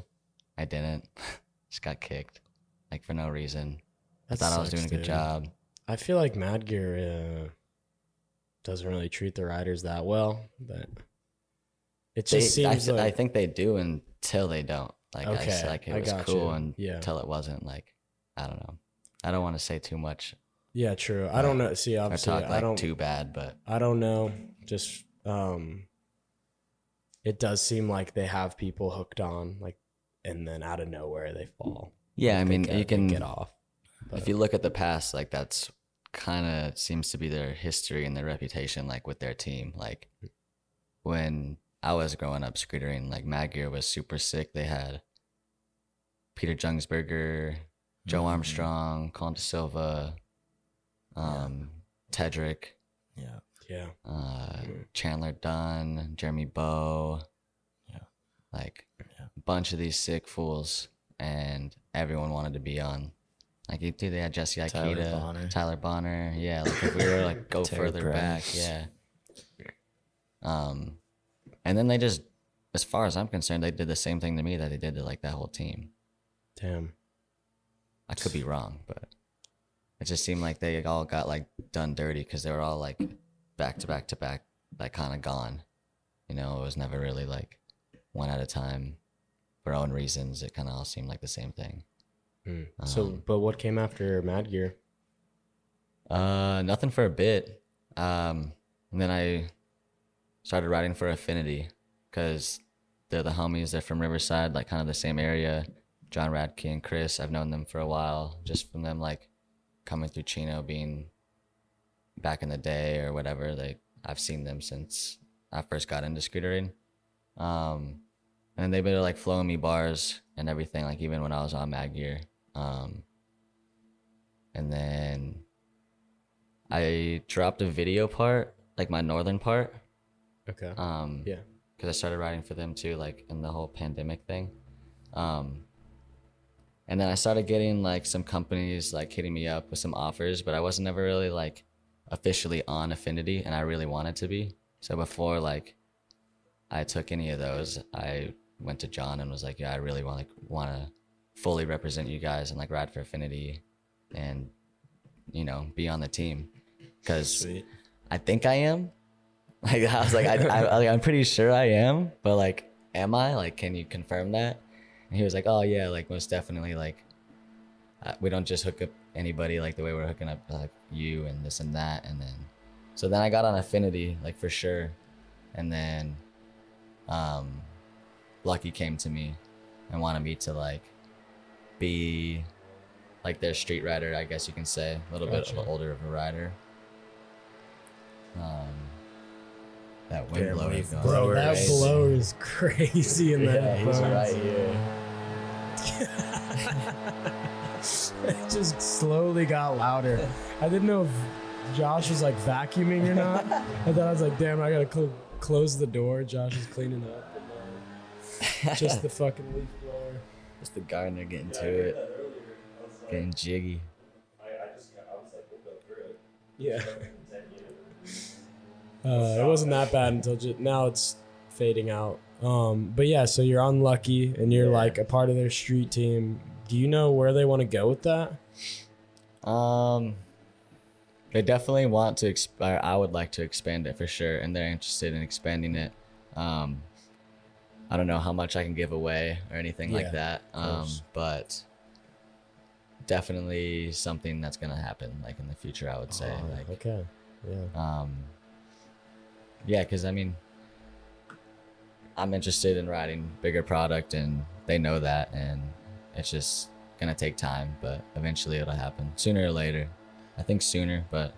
C: I didn't. *laughs* just got kicked like for no reason. I
F: that
C: thought I was
F: sucks,
C: doing a good
F: dude.
C: job.
F: I feel like Mad Gear uh, doesn't really treat the riders that well, but it
C: They-
F: just
C: I,
F: seems
C: th- I
F: like
C: think they do until they don't. Like I s-
F: Okay,
C: like
F: I
C: it was
F: got
C: cool
F: you. Yeah.
C: until it wasn't. Like I don't know. I don't want to say too much
F: yeah, true. I don't know. See,
C: or
F: obviously,
C: talk
F: I
C: like
F: don't.
C: too bad, but
F: I don't know. Just um, it does seem like they have people hooked on, like, and then out of nowhere they fall.
C: yeah. I
F: They
C: mean,
F: get-
C: you
F: they
C: can
F: get off.
C: if you look at the past, like that's kind of seems to be their history and their reputation, like with their team. Like when I was growing up scootering, like Magyar was super sick. They had Peter Jungsberger, Joe
B: Mhm.
C: Armstrong, Colin De Silva, um, Tedrick,
B: *laughs* Yeah.
F: Yeah,
C: uh,
F: Mhm.
C: Chandler Dunn, Jeremy Bow,
B: Yeah.
C: like
B: Yeah.
C: a bunch of these sick fools, and everyone wanted to be on. Like you do, they had Jesse Ikeda,
B: Tyler
C: Tyler
B: Bonner.
C: Bonner. Yeah, like if we were like
B: *laughs*
C: go
B: Terry
C: further back,
B: Brass.
C: yeah. Um, and then they just, as far as I'm concerned, they did the same thing to me that they did to like that whole team.
F: damn.
C: I could be wrong, but it just seemed like they all got like done dirty because they were all like back to back to back, like kind of gone. You know, it was never really like one at a time for own reasons. It kind of all seemed like the same thing.
F: Mm. so,
C: Um,
F: but what came after Mad Gear?
C: Uh, nothing for a bit. Um, and then I started riding for Affinity because they're the homies. They're from Riverside, like kind of the same area. John Radke and Chris, I've known them for a while, just from them like coming through Chino, being back in the day or whatever. Like I've seen them since I first got into scootering. Um, and then they've been like flowing me bars and everything, like even when I was on Mad Gear. Um, and then I dropped a video part, like my northern part.
F: Okay.
C: Um,
F: Yeah.
C: Because I started writing for them too, like in the whole pandemic thing. Um, and then I started getting like some companies like hitting me up with some offers, but I wasn't ever really like officially on Affinity, and I really wanted to be. So before like I took any of those, I went to John and was like, "Yeah, I really want like want to fully represent you guys and like ride for Affinity, and you know be on the team." Because I think I am. *laughs* Like I was like, I, I, like I'm pretty sure I am, but like, am I? Like, can you confirm that? And he was like, oh yeah, like most definitely. Like, uh, we don't just hook up anybody like the way we're hooking up like you and this and that, and then so then I got on Affinity like for sure, and then um, Lucky came to me and wanted me to like be like their street rider, I guess you can say, a little bit of
F: Gotcha.
C: an older of a rider. Um, that wind
B: Damn,
C: blower,
B: wave
C: going
B: blower
F: that
B: is-
C: crazy.
F: blower is crazy in
C: Yeah,
F: that.
C: he's right here.
F: *laughs* it just slowly got louder. I didn't know if Josh was like vacuuming or not. I thought I was like, damn, I gotta cl- close the door. Josh is cleaning up. but no. *laughs* Just the fucking leaf blower.
C: It's the gardener getting to it, getting jiggy.
F: Yeah. Uh, it wasn't that bad until ju- now it's fading out. Um, but yeah, so you're unlucky and you're like a part of their street team. Do you know where they want to go with that?
C: Um, they definitely want to. Exp- or I would like to expand it for sure, and they're interested in expanding it. Um, I don't know how much I can give away or anything
F: Yeah,
C: like that. Um,
F: course.
C: but definitely something that's gonna happen, like in the future. I would say,
F: Oh,
C: like,
F: okay. Yeah.
C: um, yeah, because I mean, I'm interested in writing bigger product, and they know that, and it's just gonna take time, but eventually it'll happen sooner or later. I think sooner, but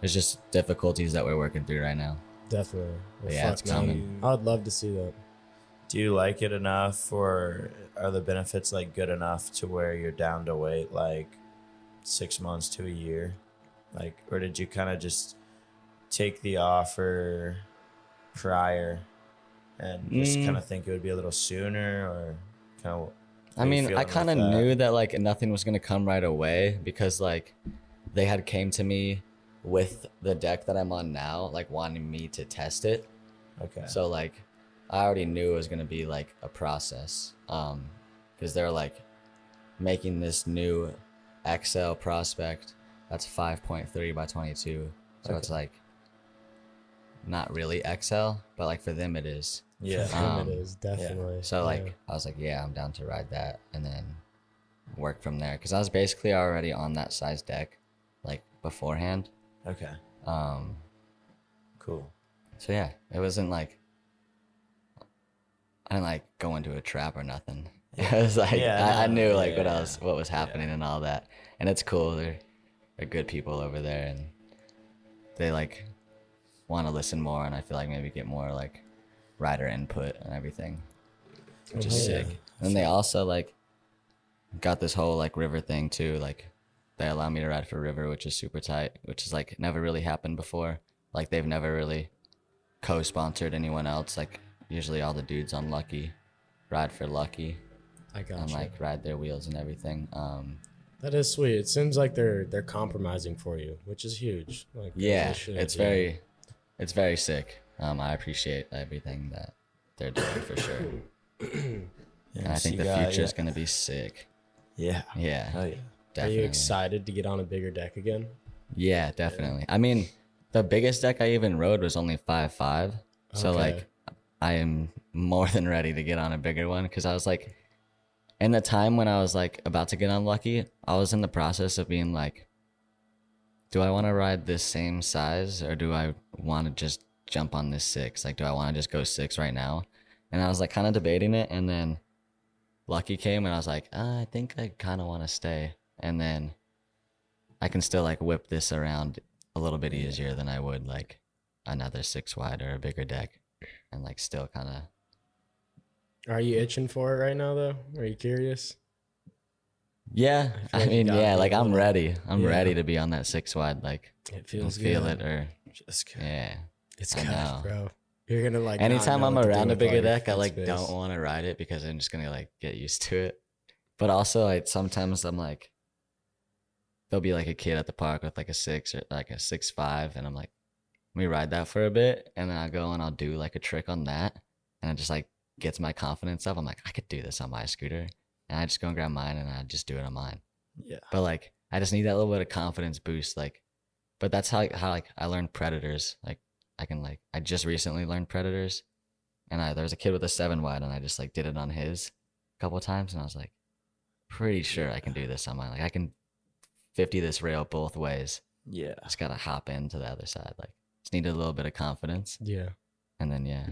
C: there's just difficulties that we're working through right now.
F: Definitely.
C: Well, Yeah, fuck, it's man. coming.
F: I would love to see that.
B: Do you like it enough, or are the benefits like good enough to where you're down to wait like six months to a year? Like, or did you kind of just take the offer prior and just
C: Mm.
B: kind of think it would be a little sooner or kind of
C: I
B: you
C: mean,
B: feeling
C: I kind of
B: with that?
C: knew that like nothing was gonna come right away because like they had came to me with the deck that I'm on now, like wanting me to test it.
B: okay?
C: So like, I already knew it was gonna be like a process, um, because they're like making this new XL prospect that's 5.3 by 22, so it's like not really XL, but like for them it is.
B: yeah,
F: For him
C: Um,
F: it is definitely.
C: So like, I was like, yeah, I'm down to ride that, and then work from there, because I was basically already on that size deck, like beforehand.
B: okay,
C: Um,
B: cool.
C: so yeah, it wasn't like I didn't like go into a trap or nothing. *laughs* it was like
B: Yeah,
C: I, I
B: no,
C: knew like what
B: yeah,
C: I was what was happening and all that. And it's cool. They're they're good people over there and they like wanna listen more and I feel like maybe get more like rider input and everything. Which is
F: Mhm.
C: sick. And they also like got this whole like river thing too, like they allow me to ride for river, which is super tight, which is like never really happened before. Like they've never really co-sponsored anyone else. Like usually all the dudes on Lucky ride for Lucky
F: I got
C: and
F: you.
C: like ride their wheels and everything. Um,
F: that is sweet. It seems like they're they're compromising for you, which is huge. Like they
C: yeah,
F: should,
C: it's
F: yeah.
C: very, it's very sick. Um, I appreciate everything that they're doing for sure, and I think the future is gonna be sick.
B: yeah.
C: Yeah,
B: Oh yeah.
C: definitely.
F: Are you excited to get on a bigger deck again?
C: Yeah, definitely. I mean, the biggest deck I even rode was only five five. So
F: Okay.
C: like, I am more *laughs* than ready to get on a bigger one because I was like, in the time when I was like about to get unlucky, I was in the process of being like, do I want to ride this same size or do I want to just jump on this six? Like, do I want to just go six right now? And I was like kind of debating it, and then Lucky came, and I was like, ah, I think I kind of want to stay, and then. I can still like whip this around a little bit easier than I would like another six wide or a bigger deck, and like still kind of
F: Are you itching for it right now though? Are you curious?
C: yeah. I,
F: I feel like you
C: mean
F: got
C: yeah,
F: me
C: like
F: a
C: I'm
F: little-
C: ready. I'm
F: Yeah.
C: ready to be on that six wide. Like
F: It
C: and
F: feels
C: feel
F: good.
C: it or
B: Just kidding.
C: yeah.
F: It's
C: I
F: good,
C: know.
F: bro. You're gonna like. not
C: Anytime
F: know
C: I'm
F: what to do
C: around a
F: with all
C: bigger
F: your
C: deck, I
F: foot
C: like
F: space.
C: don't want to ride it because I'm just gonna like get used to it. But also like sometimes I'm like there'll be like a kid at the park with like a six or like a six five and I'm like, let me ride that for a bit and then I'll go and I'll do like a trick on that and it just like gets my confidence up. I'm like, I could do this on my scooter. And I just go and grab mine and I just do it on mine.
B: Yeah.
C: But like I just need that little bit of confidence boost. Like but that's how how like I learned predators. Like I can like I just recently learned predators and I there was a kid with a seven wide and I just like did it on his a couple times and I was like pretty sure I can do this on mine. Like I can fifty this rail both ways.
B: Yeah.
C: I just gotta hop into the other side. Like just needed a little bit of confidence
F: Yeah,
C: and then yeah.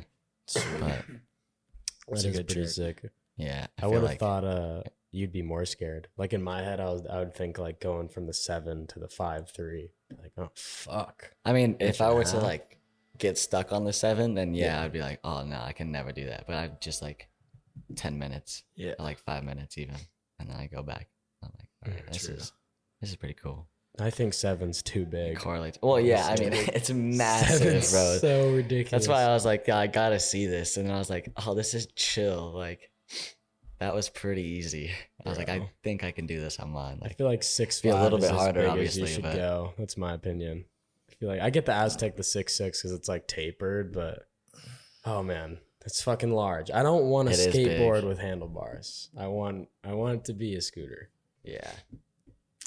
C: But
F: that
B: It's
F: is
B: a good
F: pretty
B: trick.
F: sick.
C: yeah.
F: I,
C: feel
F: would have
C: like-
F: thought uh you'd be more scared. Like in my head, I was I would think like going from the seven to the five three. Like oh fuck.
C: I mean, if I were to
F: half.
C: like get stuck on the seven, then yeah, I'd be like, oh no, I can never do that. But I just like ten minutes,
B: Yeah.
C: or, like five minutes even, and then I go back. I'm like, all right,
B: Mm,
C: this
B: true.
C: is this is pretty cool.
F: I think seven's too
C: It
F: big.
C: correlates. Well, yeah, I mean, *laughs* it's massive,
F: Seven's
C: bro.
F: So ridiculous.
C: That's why I was like, I gotta see this, and I was like, oh, this is chill. Like, that was pretty easy. I was like, I
F: Bro.
C: think I can do this online.
F: I
C: Like,
F: feel like six
C: be
F: feet
C: a little bit
F: is as
C: harder,
F: big
C: obviously,
F: As you should
C: but-
F: go. That's my opinion. I feel like I get the Aztec the six six because it's like tapered, but oh man, it's fucking large. I don't want a
C: It is big.
F: skateboard with handlebars. I want I want it to be a scooter.
C: yeah,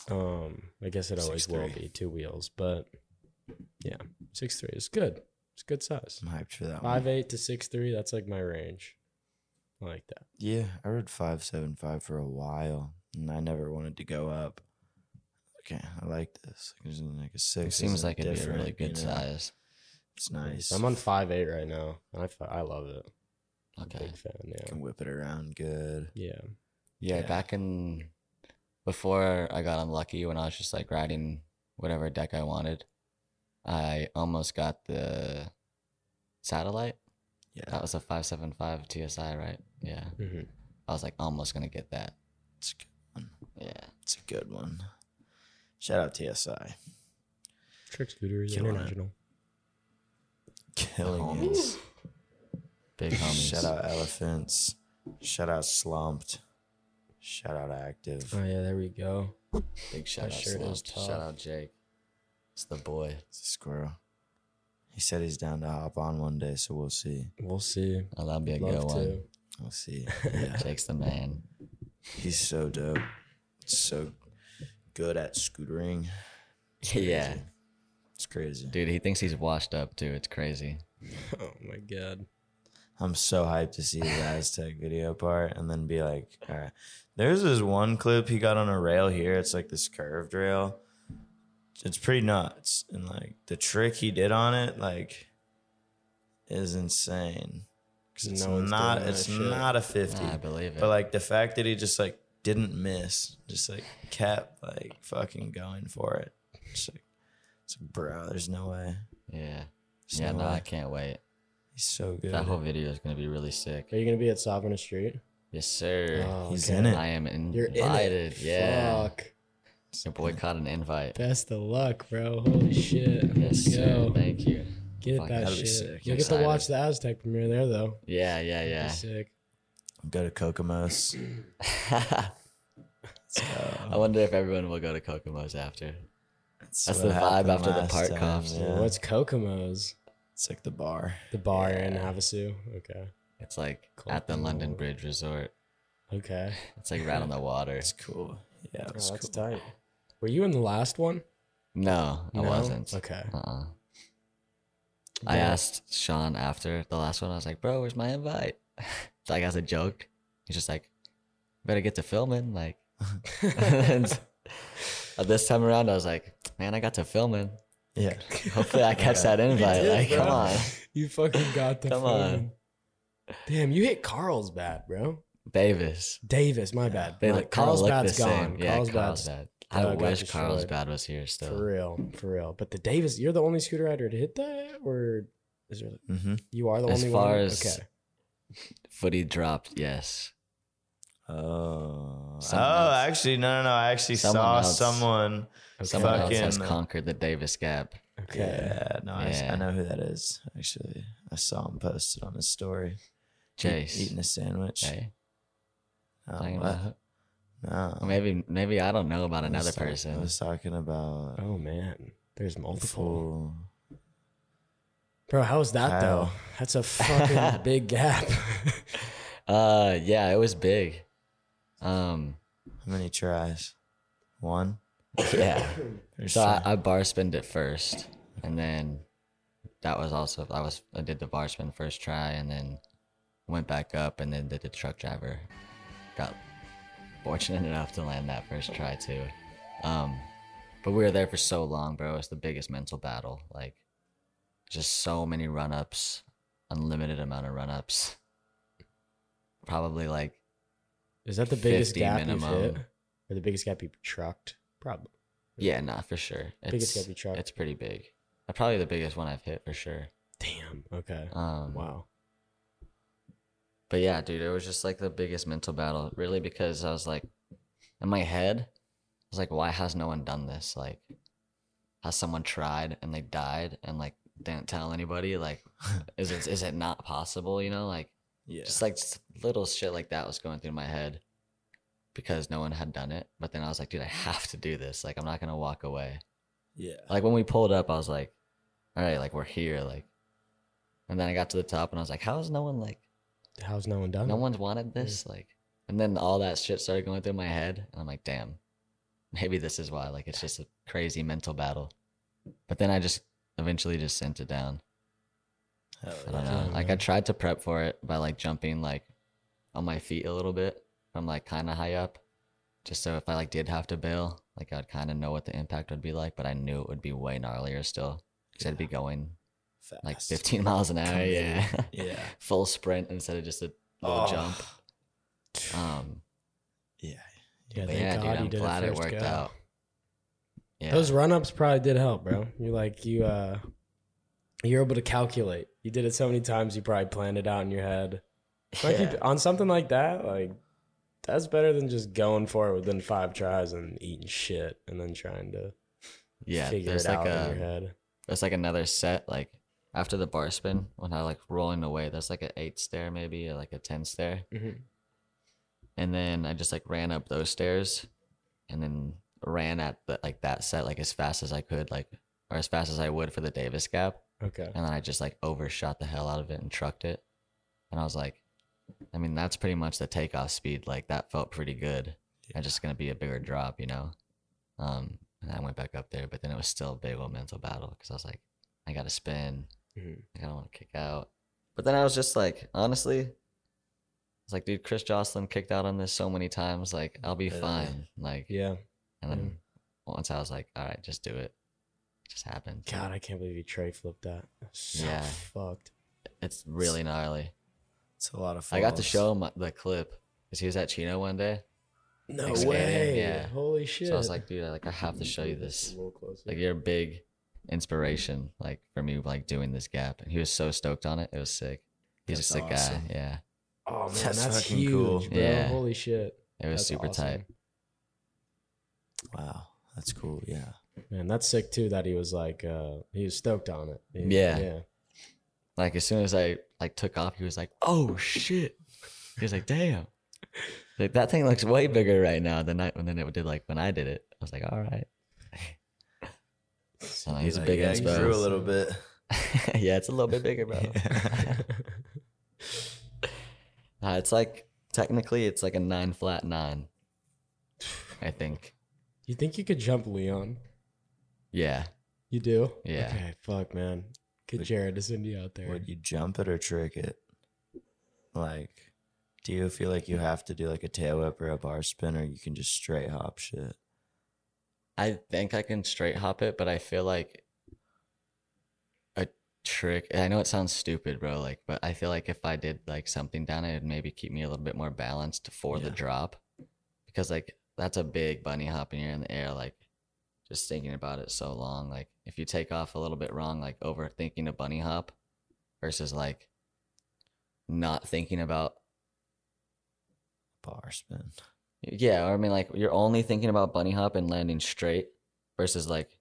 F: Um, I guess it always will
B: 6'3".
F: be two wheels, but yeah, six three is good. It's a good size.
B: I'm hyped for that one.
F: Five eight to six three. That's like my range. I like that.
B: Yeah, I rode five seven five for a while, and I never wanted to go up. Okay, I like this. Like, there's like a six.
C: it seems
B: isn't
C: like it'd be a
B: different,
C: really good
B: you know?
C: size.
B: It's nice.
F: I'm on five eight right now. and I fu- I love it.
C: Okay.
F: Big fan. Yeah.
B: Can whip it around good.
F: Yeah.
C: Yeah,
B: Yeah.
C: back in before I got unlucky when I was just like riding whatever deck I wanted, I almost got the satellite.
B: Yeah,
C: That was a 575 TSI, right? Yeah.
F: hmm
C: I was like almost going to get that.
B: it's a good one.
C: Yeah.
B: It's a good one. Shout out TSI.
F: Trick scooter is
B: Killing it.
F: international.
B: Killing it.
C: Homies. Big homies.
B: Shout out elephants. Shout out slumped. Shout out active.
F: Oh yeah, there we go.
C: Big shout out.
F: That shirt
C: Sloan.
F: is tough.
C: Shout out Jake. It's the boy.
B: It's a squirrel. He said he's down to hop on one day, so we'll see.
F: We'll see.
C: Oh, that'd be a good
F: Love
C: one.
F: to.
B: We'll see.
C: *laughs* Jake's the man.
B: he's so dope. So good at scootering.
C: yeah.
B: It's crazy.
C: Dude, he thinks he's washed up too. It's crazy.
F: *laughs* Oh my god.
B: I'm so hyped to see the Aztec video part and then be like, all right. There's this one clip he got on a rail here. It's like this curved rail. It's pretty nuts. And like the trick he did on it, like, is insane. 'Cause it's
F: No one's
B: not
F: doing that
B: it's
F: shit.
B: not a 50.
C: I believe it.
B: But like the fact that he just like didn't miss, just like kept like fucking going for it. It's like, it's like bro, there's no way.
C: yeah.
B: There's
C: yeah,
B: no
C: no, I
B: way.
C: can't wait.
B: He's so good.
C: That whole video is gonna be really sick.
F: Are you gonna be at Sovereign Street?
C: Yes, sir.
F: Oh,
B: He's
F: okay.
B: in it.
C: I am invited.
F: You're in it.
C: Yeah.
F: Fuck.
C: Your boy caught an invite.
F: Best of luck, bro. Holy shit.
C: Yes,
F: Let's
C: sir.
F: go.
C: Thank you.
F: Get
C: Fuck,
F: that
B: that'll be
F: shit.
B: sick.
F: You'll get to
C: Excited.
F: watch the Aztec premiere there though.
C: Yeah, yeah,
F: That'd be
C: yeah.
F: Sick.
B: Go to Kokomo's.
C: *laughs* I wonder if everyone will go to Kokomo's after.
B: That's,
C: That's
B: what
C: the vibe
B: happened
C: after the
B: last
C: park
B: time,
C: cops.
B: yeah.
F: What's Kokomo's?
B: It's like the bar.
F: The bar in
C: Yeah.
F: Havasu. Okay.
C: It's like at the
F: Kokomo.
C: London Bridge Resort.
F: Okay.
C: It's like right on
F: *laughs*
C: the water.
B: It's cool. Yeah,
F: Oh,
B: it's
F: that's
B: cool.
F: tight. Were you in the last one?
C: No, I
F: No?
C: wasn't.
F: Okay.
C: Uh-uh. I
F: Yeah.
C: asked Sean after the last one. I was like, "Bro, where's my invite?" *laughs* like as a joke. He's just like, "Better get to filming." Like, *laughs* and *laughs* this time around, I was like, "Man, I got to filming.
B: Yeah,
C: *laughs*
B: *laughs*
C: Hopefully, I
F: *laughs*
C: catch that invite.
F: did,
C: like,
F: bro.
C: come on."
F: *laughs* You fucking got the
C: Come on.
F: phone. Damn, you hit Carlsbad, bro.
C: Davis.
F: Davis, my bad.
C: They
F: My-
C: like kind of look the
F: Carlsbad's
C: same.
F: gone.
C: Yeah,
F: Carlsbad's
C: Carlsbad.
F: uh,
C: I
F: got
C: wish
F: destroyed.
C: Carlsbad was here
F: for
C: still.
F: real, for real. But the Davis, you're the only scooter rider to hit that, or is there?
B: mm-hmm.
F: You are the
C: As
F: only
C: far
F: one.
C: as-
F: okay,
C: Footy dropped. Yes.
B: Oh,
C: Someone
B: oh,
C: else.
B: actually, no, no, no. I actually
C: Someone
B: saw
C: else.
B: someone.
C: Someone else has
B: Fucking- uh,
C: conquered the Davis Gap.
F: okay.
B: Yeah, no, I s I I,
C: Yeah.
B: know who that is. Actually, I saw him posted on his story. Eat-
C: Jace.
B: eating a sandwich.
C: Okay.
B: Oh,
C: Talking
B: what?
C: about-
B: No,
C: Maybe maybe I don't know about
B: I was
C: another
B: talk- I
C: person. *laughs*
B: was talking about
F: Oh man, there's multiple.
B: full.
F: Bro, how's that though?
B: Kyle.
F: That's
C: *laughs*
F: a fucking big gap. *laughs*
C: Uh yeah, it was big. Um
B: How many tries? One.
C: yeah.
B: Or
C: so I,
B: something?
C: I bar spinned it first and then that was also I was I did the bar spin first try and then went back up and then did the truck driver. Got fortunate enough to land that first try too. Um but we were there for so long, bro. It's the biggest mental battle. Like just so many run ups, unlimited amount of run ups. Probably like
F: Is that the biggest
C: 50
F: gap you've
C: minimum.
F: hit, or the biggest gap you've trucked? Probably.
C: Yeah, nah, for sure. It's,
F: Biggest heavy truck.
C: It's pretty big. Uh, Probably the biggest one I've hit for sure.
F: Damn. Okay.
C: Um,
F: Wow.
C: But yeah, dude, it was just like the biggest mental battle, really, because I was like, in my head, I was like, why has no one done this? Like, has someone tried and they died and like didn't tell anybody? Like, is it is it not possible? You know, like
B: yeah.
C: just like s- little shit like that was going through my head because no one had done it. But then I was like, dude, I have to do this. Like, I'm not gonna walk away.
B: yeah.
C: like when we pulled up, I was like, all right, like we're here, like. And then I got to the top, and I was like, how is no one like,
F: How's no one done?
C: no one's wanted this, like. And then all that shit started going through my head, and I'm like, damn, maybe this is why. Like, it's just a crazy mental battle. But then I just eventually just sent it down.
B: Hell
C: I
B: yeah.
C: don't know.
F: Yeah,
C: Like I
F: man.
C: tried to prep for it by like jumping like on my feet a little bit from like kind of high up, just so if I like did have to bail, like I'd kind of know what the impact would be like. But I knew it would be way gnarlier still because I'd be going
B: Fast.
C: like 15 miles an hour, yeah,
B: Yeah.
C: *laughs* full sprint instead of just a little
B: Oh,
C: jump. Um,
B: Yeah.
F: Yeah,
C: but
F: thank
C: yeah,
F: God
C: dude,
F: you
C: I'm
F: did
C: glad it
F: first
C: worked
F: go. *laughs*
C: out. Yeah,
F: Those run ups probably did help, bro. You like you uh you're able to calculate. You did it so many times you probably planned it out in your head. So I keep-
C: Yeah.
F: on something like that, like that's better than just going for it within five tries and eating shit and then trying to
C: Yeah,
F: figure
C: there's
F: it
C: like
F: out
C: a
F: in your head.
C: there's like another set like after the bar spin when I like rolling away. There's like an eight stair maybe or like a ten stair,
F: Mhm.
C: and then I just like ran up those stairs, and then ran at the, like that set like as fast as I could like or as fast as I would for the Davis Gap,
F: Okay.
C: and then I just like overshot the hell out of it and trucked it, and I was like, I mean that's pretty much the takeoff speed. Like that felt pretty good. I'm just gonna be a bigger drop, you know. Um, and I went back up there, but then it was still a big old mental battle because I was like, I gotta spin,
F: Mhm.
C: I don't want to kick out. But then I was just like, honestly, I was like, dude, Chris Jocelyn kicked out on this so many times. Like, I'll be
B: Yeah.
C: fine. Like,
F: Yeah.
C: and then
F: yeah.
C: once I was like, all right, just do it. It just happened.
F: God, I can't believe you tray flipped that. So
C: Yeah.
F: fucked.
C: it's really gnarly.
B: It's a lot of fun.
C: I got to show him uh, the clip because he was at Chino one day.
F: No
C: Expanding,
F: way.
C: yeah.
F: Holy shit.
C: So I was like, dude, I, like I have to show you this.
F: A little closer.
C: Like you're a big inspiration, like for me, like doing this gap. And he was so stoked on it. It was sick. He's
B: That's
C: a sick
B: awesome.
C: guy. Yeah.
F: oh man,
B: That's
F: that's,
B: fucking
F: huge,
B: cool.
F: bro.
C: Yeah.
F: Holy shit.
C: It was
F: That's
C: super
F: awesome.
C: tight.
B: Wow, that's cool. Yeah,
F: Man, that's sick too that he was like uh he was stoked on it. He-
C: Yeah.
F: Yeah.
C: Like as soon as I like took off, he was like, "Oh shit!" He was like, "Damn!" Like that thing looks way bigger right now than I than it did like when I did it. I was like, "All *laughs* right." So like, he's a
B: Like,
C: big
B: yeah,
C: ass
B: you grew a little bit.
C: *laughs* yeah, it's a little bit bigger, *laughs* bro.
B: *laughs*
C: uh, it's like technically it's like a nine flat nine. I think.
F: You think you could jump Leon?
C: Yeah.
F: You do?
C: Yeah.
F: Okay, fuck man. Get Jared to send you out there.
B: Would you jump it or trick it? Like, do you feel like you have to do like a tail whip or a bar spin, or you can just straight hop shit?
C: I think I can straight hop it, but I feel like a trick. I know it sounds stupid, bro. Like, but I feel like if I did like something down, it would maybe keep me a little bit more balanced for the
B: Yeah.
C: drop, because like that's a big bunny hop and you're in the air. Like, just thinking about it so long. Like, if you take off a little bit wrong, like overthinking a bunny hop, versus like not thinking about
B: Bar spin.
C: yeah, or I mean, like you're only thinking about bunny hop and landing straight, versus like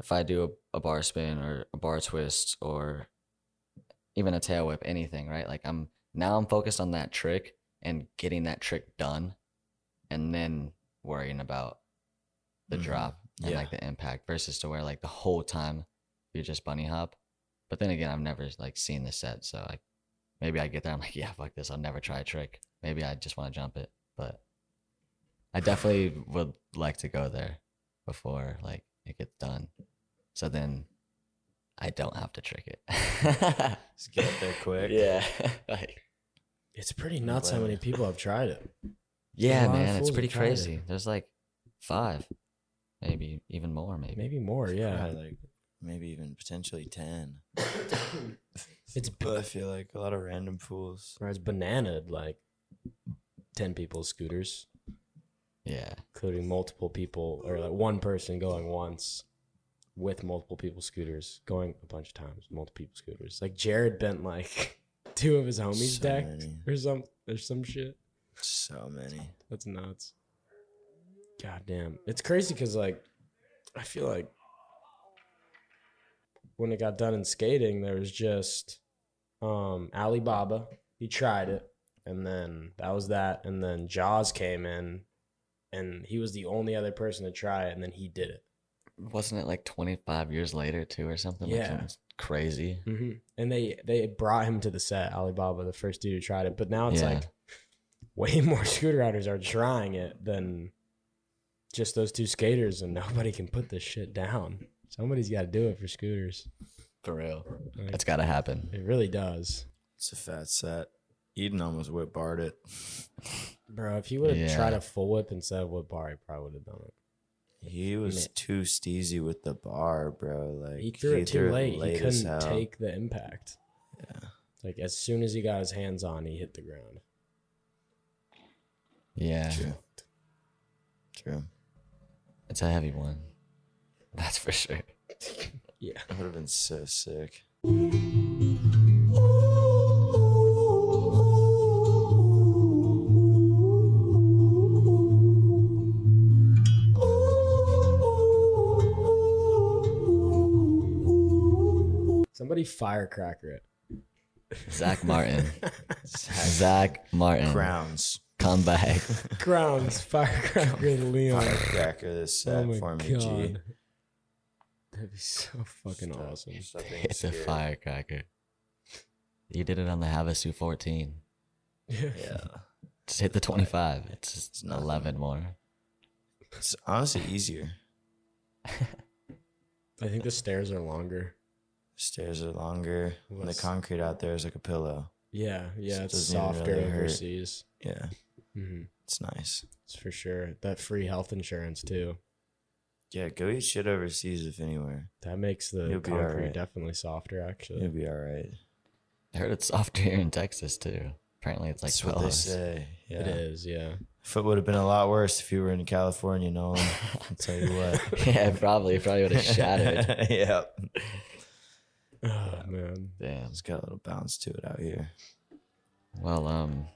C: if I do a, a bar spin or a bar twist or even a tail whip, anything, right? Like I'm now I'm focused on that trick and getting that trick done, and then worrying about the
B: Mhm.
C: drop and
B: Yeah.
C: like the impact versus to where like the whole time you're just bunny hop. But then again, I've never like seen the set, so like maybe I get there, I'm like, *laughs* yeah, fuck this, I'll never try a trick. Maybe I just want to jump it, but I definitely
F: *laughs*
C: would like to go there before like it gets done. So then I don't have to trick it. *laughs*
B: Just get up there quick.
C: yeah. like,
F: it's pretty nuts how many people have tried it.
C: yeah,
F: lot of
C: man, it's
F: fools
C: pretty
F: tried it.
C: crazy. There's like five, maybe even more, maybe.
F: Maybe more, yeah.
B: Probably, like maybe even potentially ten.
F: *coughs* It's
B: But I feel like a lot of random fools.
F: Or it's bananaed like 10 people's scooters,
C: Yeah.
F: including multiple people, or like one person going once with multiple people's scooters, going a bunch of times, multiple people's scooters. Like Jared bent like *laughs* two of his homies
B: So
F: decked
B: many.
F: or some or some shit.
B: So many.
F: That's nuts. God damn. It's crazy because, like, I feel like when it got done in skating, there was just um Alibaba. He tried it. And then that was that. And then Jaws came in and he was the only other person to try it. And then he did it.
C: Wasn't it like 25 years later, too, or something? Like
F: Yeah.
C: something crazy.
F: Mm-hmm. And they they brought him to the set, Alibaba, the first dude who tried it. But now it's
C: Yeah.
F: like way *laughs* more scooter riders are trying it than just those two skaters, and nobody can put this shit down. Somebody's got to do it for scooters.
C: For real.
F: Like,
C: It's got to happen.
F: it really does,
B: It's a fat set. Eden almost whip barred it.
F: bro. If he would have
C: Yeah.
F: tried a full whip instead of what bar, he probably would have done it.
B: He was too steezy with the bar, bro. Like
F: he threw it too late. He
B: as
F: couldn't
B: hell.
F: take the impact.
B: Yeah.
F: Like as soon as he got his hands on, he hit the ground.
C: Yeah.
B: True. True.
C: It's a heavy one. That's for
B: *laughs*
C: sure.
F: Yeah.
B: That would have been so sick.
G: Ooh.
F: Somebody firecracker it.
C: Zach Martin. *laughs* Zach Martin.
B: Crowns. *laughs*
C: Come back.
F: Grounds *laughs* firecracker Leon.
B: Firecracker this
F: Oh
B: set
F: my
B: for
F: god.
B: me, G.
F: That'd be so fucking
D: Stop-
F: awesome.
D: stop being
C: It's a
D: scared.
C: firecracker. You did it on the Havasu 14.
F: Yeah.
B: Yeah.
C: Just hit the 25. It's just
B: It's nothing.
C: 11 more.
B: It's honestly easier.
F: I think the stairs are longer.
B: Stairs are longer. And the
F: Less-
B: concrete out there is like a pillow.
F: Yeah, yeah,
B: So it
F: it's
B: doesn't even
F: softer
B: really hurt.
F: overseas.
B: Yeah.
F: Mm-hmm.
B: It's nice.
F: It's for sure. That free health insurance too.
B: Yeah, go eat shit overseas if anywhere.
F: That makes the
B: You'll be all
F: concrete
B: right.
F: definitely softer. Actually,
B: You'll be all right.
C: I heard it's softer here in Texas too. Apparently it's like
B: That's
C: 12.
B: what they say. Yeah.
F: it is.
B: *sighs*
F: Yeah,
B: If it would have been a lot worse if you were in California, Nolan. I'll tell you what.
C: *laughs* *laughs* yeah, probably. Probably
B: *laughs*
C: would have shattered.
B: yeah.
F: oh, man.
C: Damn.
B: It's got a little bounce to it out here.
C: Well, um,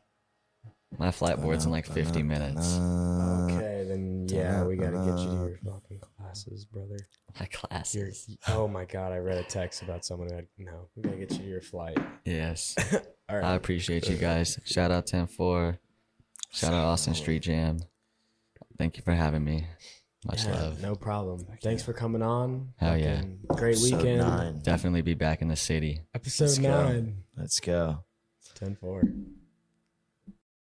C: my flight board's in like 50 minutes.
B: Okay.
F: Okay, then
B: yeah,
F: yeah, we gotta get you to
B: uh,
F: your fucking classes, brother.
C: My
F: Your,
C: classes.
F: oh my god, I read a text about someone who had no. We gotta get you to your flight.
C: Yes.
F: *laughs* All
C: I
F: right,
C: appreciate you guys. Shout out 10 4. Shout out Austin Street Jam. Thank you for having me. Much
F: Yeah,
C: love.
F: no problem. Thanks for coming on.
C: Hell yeah.
F: Fucking Great weekend.
B: Nine.
C: Definitely be back in the city.
F: Episode
B: Let's go.
F: nine.
B: Let's go.
F: 10 4.